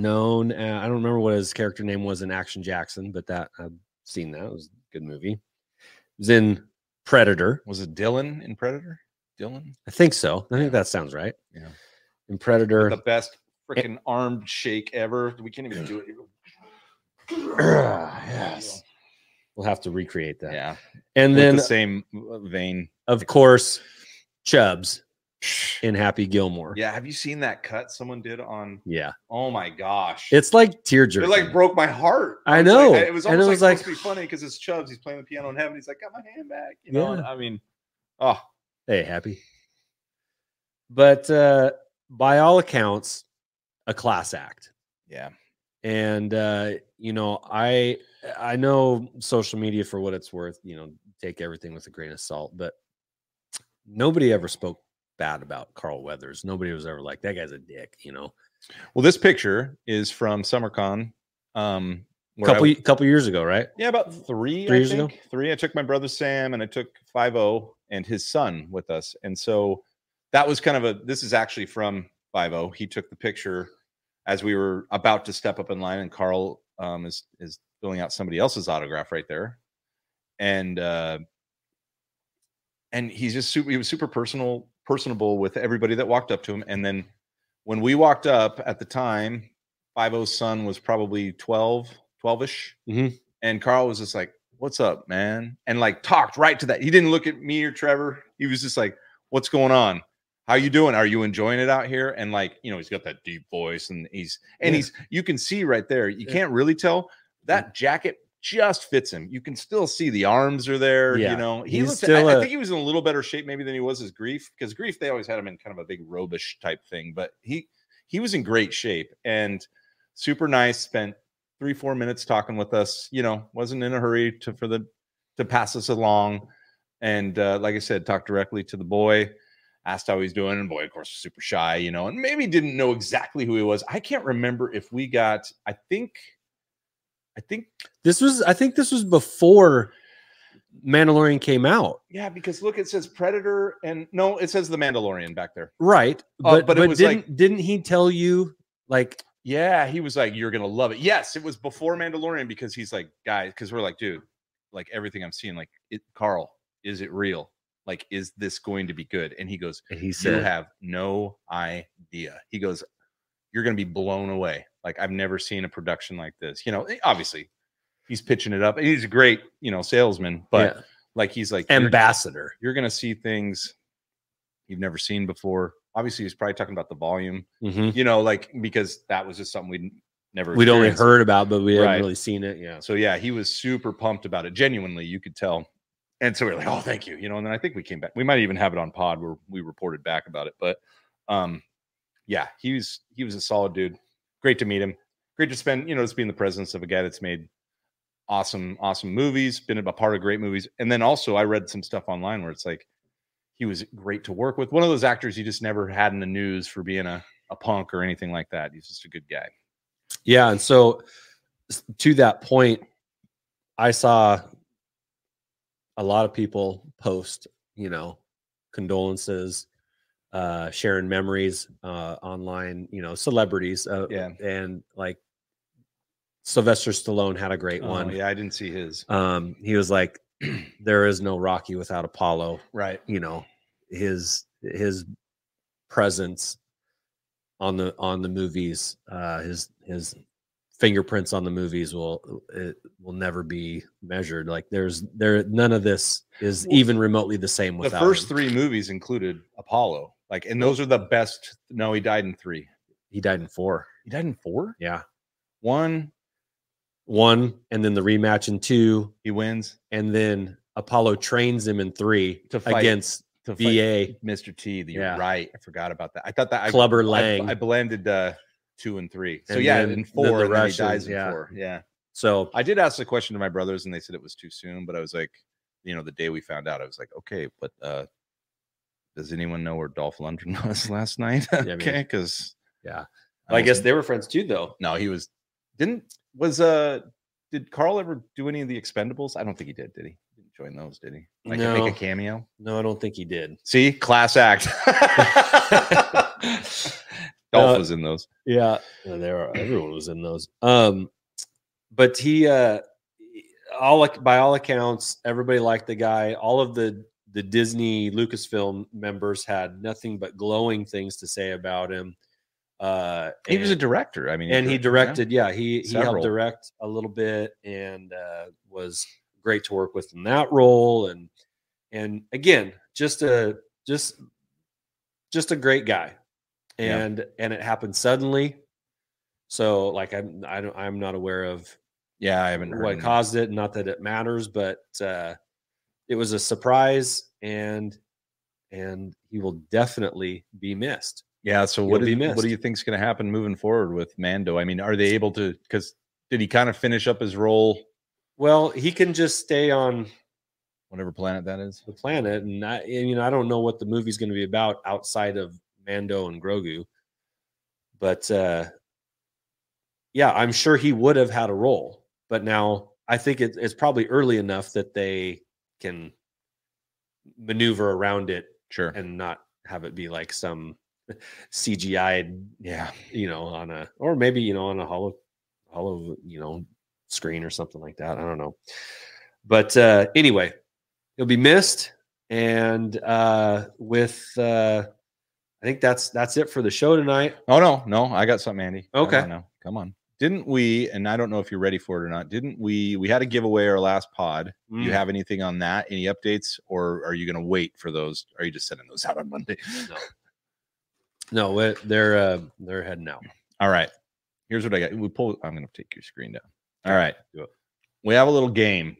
S1: known uh, I don't remember what his character name was in Action Jackson, but that I've seen that. It was a good movie. He was in Predator.
S3: Was it Dylan in Predator? Dylan,
S1: I think so. I
S3: Yeah.
S1: think that sounds right.
S3: Yeah.
S1: In Predator.
S3: the best freaking armed shake ever. We can't even do it.
S1: yes. We'll have to recreate that.
S3: Yeah.
S1: And
S3: And
S1: then
S3: then the same vein.
S1: of course, Chubbs in Happy Gilmore.
S3: Yeah. Have you seen that cut someone did on?
S1: Yeah.
S3: Oh my gosh.
S1: It's like tear
S3: it
S1: jerking.
S3: like broke my heart.
S1: I
S3: was like-
S1: know.
S3: it was
S1: And it
S3: almost
S1: was
S3: like,
S1: like-
S3: supposed to be funny because it's Chubbs. He's playing the piano in heaven. He's like, got my hand back. You know.
S1: Yeah.
S3: and I mean, oh
S1: hey, Happy. But uh, by all accounts, a class act.
S3: yeah.
S1: and uh you know i i know social media for what it's worth you know take everything with a grain of salt but nobody ever spoke bad about carl weathers nobody was ever like that guy's a dick you know
S3: Well, this picture is from SummerCon. Um, where I-
S1: couple couple years ago right
S3: Yeah, about three,
S1: Three
S3: I
S1: years ago?
S3: think. Three. I took my brother Sam and I took Five O and his son with us, and so that was kind of a. This is actually from Five O. He took the picture as we were about to step up in line, and Carl um, is is filling out somebody else's autograph right there, and uh, and he's just super. He was super personal, personable with everybody that walked up to him, and then when we walked up at the time, Five O's son was probably 12, 12 ish
S1: Mm-hmm.
S3: and Carl was just like, "What's up, man?" and like talked right to that. He didn't look at me or Trevor. He was just like, "What's going on? How you doing? Are you enjoying it out here?" And like, you know, he's got that deep voice, and he's and
S1: Yeah.
S3: he's you can see right there. You
S1: Yeah.
S3: can't really tell that jacket just fits him. You can still see the arms are there.
S1: Yeah.
S3: You know, he
S1: He's
S3: looks.
S1: still
S3: I, I
S1: a-
S3: think he was in a little better shape maybe than he was as grief because grief they always had him in kind of a big robish type thing, but he he was in great shape and super nice. Spent three four minutes talking with us you know wasn't in a hurry to for the to pass us along and uh, like i said talked directly to the boy asked how he's doing and boy of course was super shy you know and maybe didn't know exactly who he was i can't remember if we got i think i think
S1: this was i think this was before mandalorian came out
S3: yeah because look it says predator and no it says the mandalorian back there
S1: right
S3: Oh,
S1: but
S3: but
S1: but,
S3: it was
S1: didn't
S3: like-
S1: didn't he tell you like
S3: Yeah, he was like, "You're gonna love it." Yes, it was before Mandalorian because he's like, guys, because we're like, dude, like everything I'm seeing, like, it, Carl, is it real? Like, is this going to be good? And he goes,
S1: he
S3: "You have no idea." He goes, "You're gonna be blown away." Like, I've never seen a production like this. You know, eh, obviously, he's pitching it up, and he's a great, you know, salesman. But like, he's like, "You're-
S1: ambassador
S3: you're gonna see things you've never seen before." Obviously, he's probably talking about the volume
S1: Mhm.
S3: you know, like because that was just something we'd never
S1: we'd only
S3: experienced.
S1: heard about but we
S3: Right.
S1: hadn't really seen it yeah
S3: So yeah, he was super pumped about it. Genuinely, you could tell. And so we were like, oh, thank you. You know, and then I think we came back. We might even have it on pod where we reported back about it. But um, yeah, he was he was a solid dude. Great to meet him. Great to spend, you know, just be in the presence of a guy that's made awesome, awesome movies, been a part of great movies. And then also I read some stuff online where it's like he was great to work with. One of those actors you just never had in the news for being a, a punk or anything like that. He's just a good guy.
S1: Yeah, and so s- to that point, I saw a lot of people post, you know, condolences, uh, sharing memories uh, online. You know, celebrities, uh,
S3: Yeah.
S1: and like Sylvester Stallone had a great one.
S3: Oh, yeah, I didn't see his.
S1: Um, he was like, "There is no Rocky without Apollo."
S3: Right.
S1: you know his his presence on the on the movies uh his his fingerprints on the movies will it will never be measured like there's there none of this is
S3: Well,
S1: even remotely the same
S3: the
S1: without
S3: first
S1: him.
S3: three movies included Apollo. Like, and those are the best. No, he died in three.
S1: he died in four
S3: He died in four.
S1: yeah
S3: One,
S1: one, and then the rematch in two,
S3: He wins
S1: and then Apollo trains him in three
S3: To fight-
S1: against
S3: to fight
S1: VA
S3: Mr. T. You're
S1: Yeah.
S3: right. I forgot about that. I thought that I,
S1: Clubber
S3: I,
S1: Lang.
S3: I blended uh, two and three. So
S1: And
S3: yeah,
S1: then-
S3: in
S1: then
S3: four,
S1: the
S3: and
S1: Russians,
S3: then he dies in
S1: yeah.
S3: four. Yeah.
S1: so
S3: I did ask the question to my brothers, and they said it was too soon. But I was like, you know, the day we found out, I was like, okay, but uh, does anyone know where Dolph Lundgren was last night?
S1: mean-
S3: okay, because
S1: Yeah. I guess they were friends too, though.
S3: no, he was didn't was uh did Carl ever do any of the Expendables? I don't think he did. Did he? Didn't join those? Did he? Like
S1: No.
S3: make a cameo?
S1: No, I don't think he did.
S3: See, class act. Dolph
S1: Uh,
S3: was in those.
S1: Yeah, no, there are. Everyone was in those. Um, but he, uh, all ac- by all accounts, everybody liked the guy. All of the the Disney Lucasfilm members had nothing but glowing things to say about him. Uh,
S3: He was a
S1: and-
S3: director. I mean,
S1: and he
S3: dir- yeah.
S1: directed yeah, he he
S3: Several.
S1: helped direct a little bit and uh, was great to work with in that role and and again just a just just a great guy
S3: Yeah.
S1: and and it happened suddenly so like i'm i don't i'm not aware of
S3: Yeah, I haven't heard.
S1: what
S3: him.
S1: caused it not that it matters but uh it was a surprise and and he will definitely be missed
S3: Yeah. So
S1: He'll
S3: what
S1: be
S3: is, what
S1: missed.
S3: do you think's going to happen moving forward with Mando? I mean, are they able to? Because did he kind of finish up his role,
S1: well he can just stay on
S3: whatever planet that is?
S1: the planet, and I, and, you know, I don't know what the movie's going to be about outside of Mando and Grogu, but uh, yeah, I'm sure he would have had a role. But now I think it, it's probably early enough that they can maneuver around it
S3: Sure.
S1: and not have it be like some CGI,
S3: Yeah.
S1: you know, on a or maybe you know on a hollow, hollow, you know, screen or something like that. I don't know. But uh, anyway, he'll be missed. And uh, with, uh, I think that's that's it for the show tonight.
S3: Oh no, no, I got something, Andy.
S1: Okay.
S3: No, come on. Didn't we? And I don't know if you're ready for it or not. Didn't we? We had a giveaway our last pod. Do You
S1: Mm.
S3: have anything on that? Any updates, or are you going to wait for those? Are you just sending those out on Monday?
S1: No, it, they're uh, they're heading out.
S3: All right. Here's what I got. We pull. I'm going to take your screen down. All right.
S1: do it.
S3: We have a little game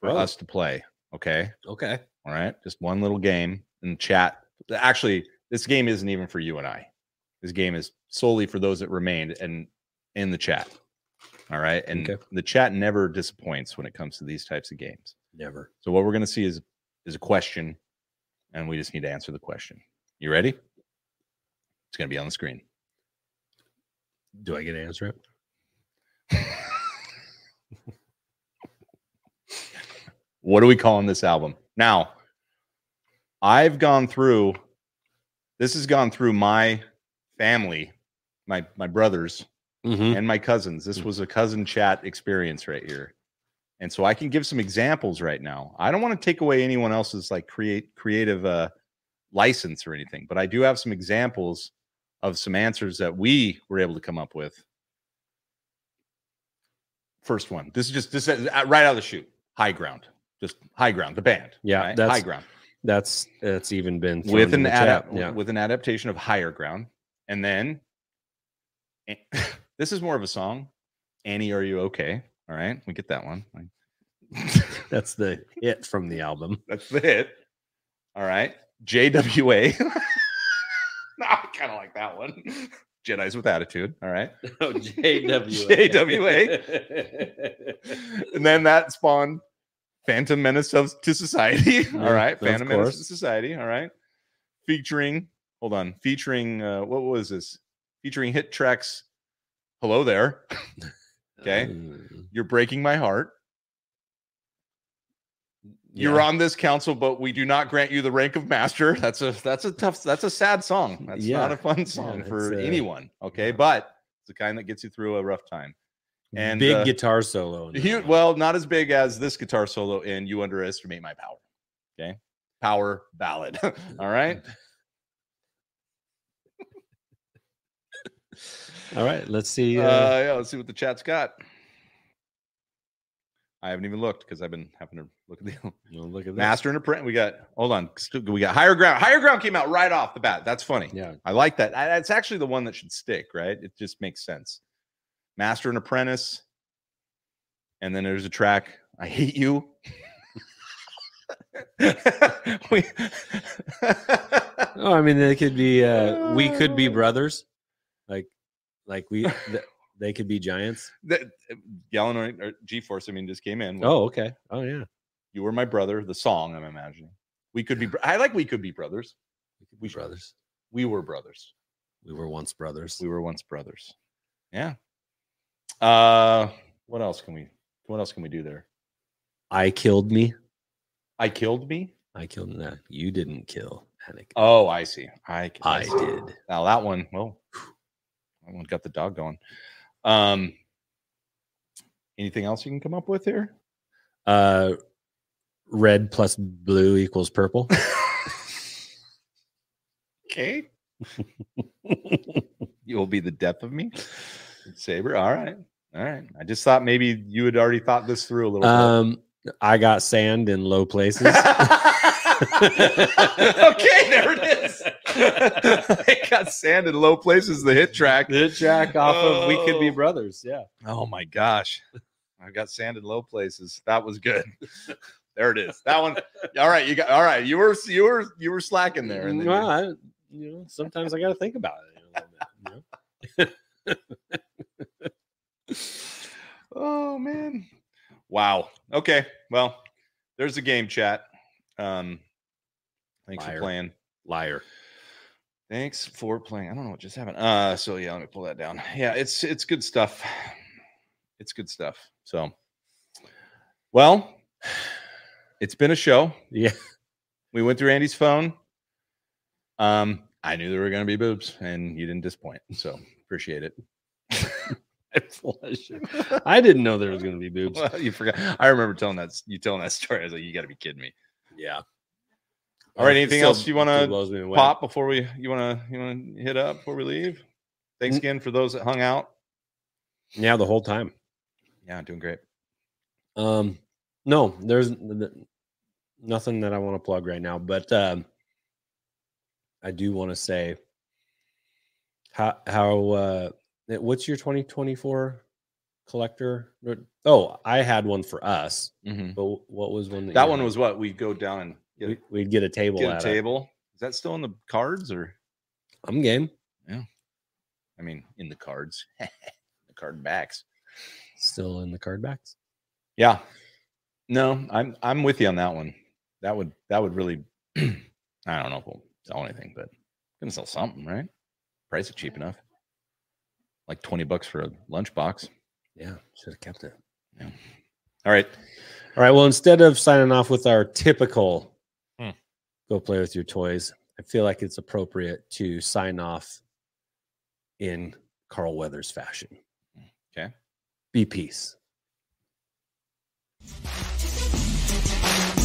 S3: for
S1: Oh.
S3: us to play. Okay.
S1: Okay.
S3: All right. Just one little game in chat. Actually, this game isn't even for you and I. This game is solely for those that remained and in the chat. All right. And
S1: Okay.
S3: the chat never disappoints when it comes to these types of games.
S1: Never.
S3: So what we're going to see is is a question and we just need to answer the question. You ready? It's going to be on the screen.
S1: Do I get to answer it?
S3: What are we calling this album? Now, I've gone through this has gone through my family, my my brothers
S1: Mm-hmm.
S3: and my cousins. This was a cousin chat experience right here. And so I can give some examples right now. I don't want to take away anyone else's like create creative uh license or anything, but I do have some examples of some answers that we were able to come up with. First one. This is just this is uh, right out of the shoot. High ground. Just high ground, the band.
S1: Yeah,
S3: right?
S1: that's
S3: high ground
S1: That's that's even been thrown
S3: with
S1: in
S3: an
S1: the chat.
S3: adapt with an adaptation of higher ground and then eh, this is more of a song annie are you okay all right we get that one Like,
S1: That's the hit from the album.
S3: that's the hit all right jwa no, i kind of like that one jedis with attitude all right
S1: Oh,
S3: and then that spawned Phantom Menace of, to Society.
S1: Yeah,
S3: All right,
S1: of
S3: Phantom Menace to
S1: course.
S3: Society. All right, featuring. Hold on, featuring. Uh, what was this? Featuring hit tracks. Hello there. Okay.
S1: Mm,
S3: You're breaking my heart. You're
S1: yeah.
S3: on this council, but we do not grant you the rank of master. That's a that's a tough. That's a sad song. That's
S1: Yeah,
S3: not a fun song
S1: it's,
S3: for
S1: uh,
S3: anyone. Okay,
S1: yeah.
S3: but it's the kind that gets you through a rough time. And,
S1: big
S3: uh,
S1: guitar solo. in that
S3: Huge,
S1: one.
S3: well, not as big as this guitar solo in You Underestimate My Power. Okay. Power ballad. All right.
S1: all right. Let's see. Uh,
S3: Uh, yeah. Let's see what the chat's got. I haven't even looked because I've been having to look at the
S1: we'll oh, look at that.
S3: master and apprentice. We got, hold on. We got higher ground. Higher ground came out right off the bat. That's funny.
S1: Yeah.
S3: I like that. I- That's actually the one that should stick, right? It just makes sense. Master and apprentice. and then there's a track i hate you we
S1: Oh, I mean, they could be. Uh, we could be brothers, like, like we. Th- they could be giants.
S3: the, Gallon or G-force I mean just came in with
S1: Oh, okay. Oh, yeah.
S3: you were my brother the song I'm imagining we could be br- I like we could be brothers
S1: We could be brothers.
S3: we were brothers
S1: We were once brothers.
S3: We were once brothers. Yeah. Uh what else can we what else can we do there?
S1: I killed me.
S3: I killed me?
S1: I killed that. You didn't kill Anakin.
S3: Oh, I see. I
S1: I
S3: see.
S1: did.
S3: Now that one, well, that one got the dog going. Um anything else you can come up with here?
S1: Uh, red plus blue equals purple.
S3: Okay. You'll be the death of me. Saber. All right. All right. I just thought maybe you had already thought this through a little bit.
S1: Um, I got sand in low places.
S3: okay, there it is. it got sand in low places. The hit track.
S1: The jack off of We Could Be
S3: Oh.
S1: Brothers. Yeah.
S3: Oh my gosh, I got sand in low places. That was good. There it is. That one. All right, you got. All right, you were you were you were slacking there. And then you-
S1: Mm, well, I, you know, sometimes I got to think about it. A little bit, you know?
S3: oh man. Wow. Okay. Well, there's the game chat. Um, thanks
S1: Liar.
S3: for playing.
S1: Liar.
S3: Thanks for playing. I don't know what just happened. Uh, so yeah, let me pull that down. Yeah, it's it's good stuff. It's good stuff. So, well, it's been a show.
S1: Yeah.
S3: We went through Andy's phone. Um, I knew there were gonna be boobs, and you didn't disappoint. So appreciate it.
S1: I didn't know there was going to be boobs.
S3: Well, you forgot. I remember telling that you telling that story. I was like, you got to be kidding me.
S1: Yeah.
S3: All right, anything
S1: Still
S3: else you wanna
S1: blows me away.
S3: Pop before we you wanna you wanna hit up before we leave. Thanks
S1: N-
S3: again for those that hung out.
S1: Yeah, the whole time.
S3: Yeah, doing great.
S1: Um, no, there's n- n- nothing that I want to plug right now, but um, I do want to say how how uh, that- what's your 2024 collector? Or- Oh, I had one for us,
S3: Mm-hmm.
S1: but wh- what was one?
S3: That
S1: you
S3: one
S1: had?
S3: was what we go down and get,
S1: we, we'd get a table.
S3: get a
S1: at it.
S3: table. Is that still in the cards or
S1: I'm game.
S3: I mean in the cards, the card backs?
S1: Still in the card backs.
S3: Yeah. No, I'm I'm with you on that one. That would that would really I don't know if we'll sell anything, but gonna sell something, right? Price it cheap enough. Like 20 bucks for a lunchbox.
S1: Yeah, should have kept it.
S3: All right.
S1: All right. Well, instead of signing off with our typical
S3: Hmm.
S1: go play with your toys, I feel like it's appropriate to sign off in Carl Weathers fashion.
S3: Okay.
S1: Be peace.
S2: Thank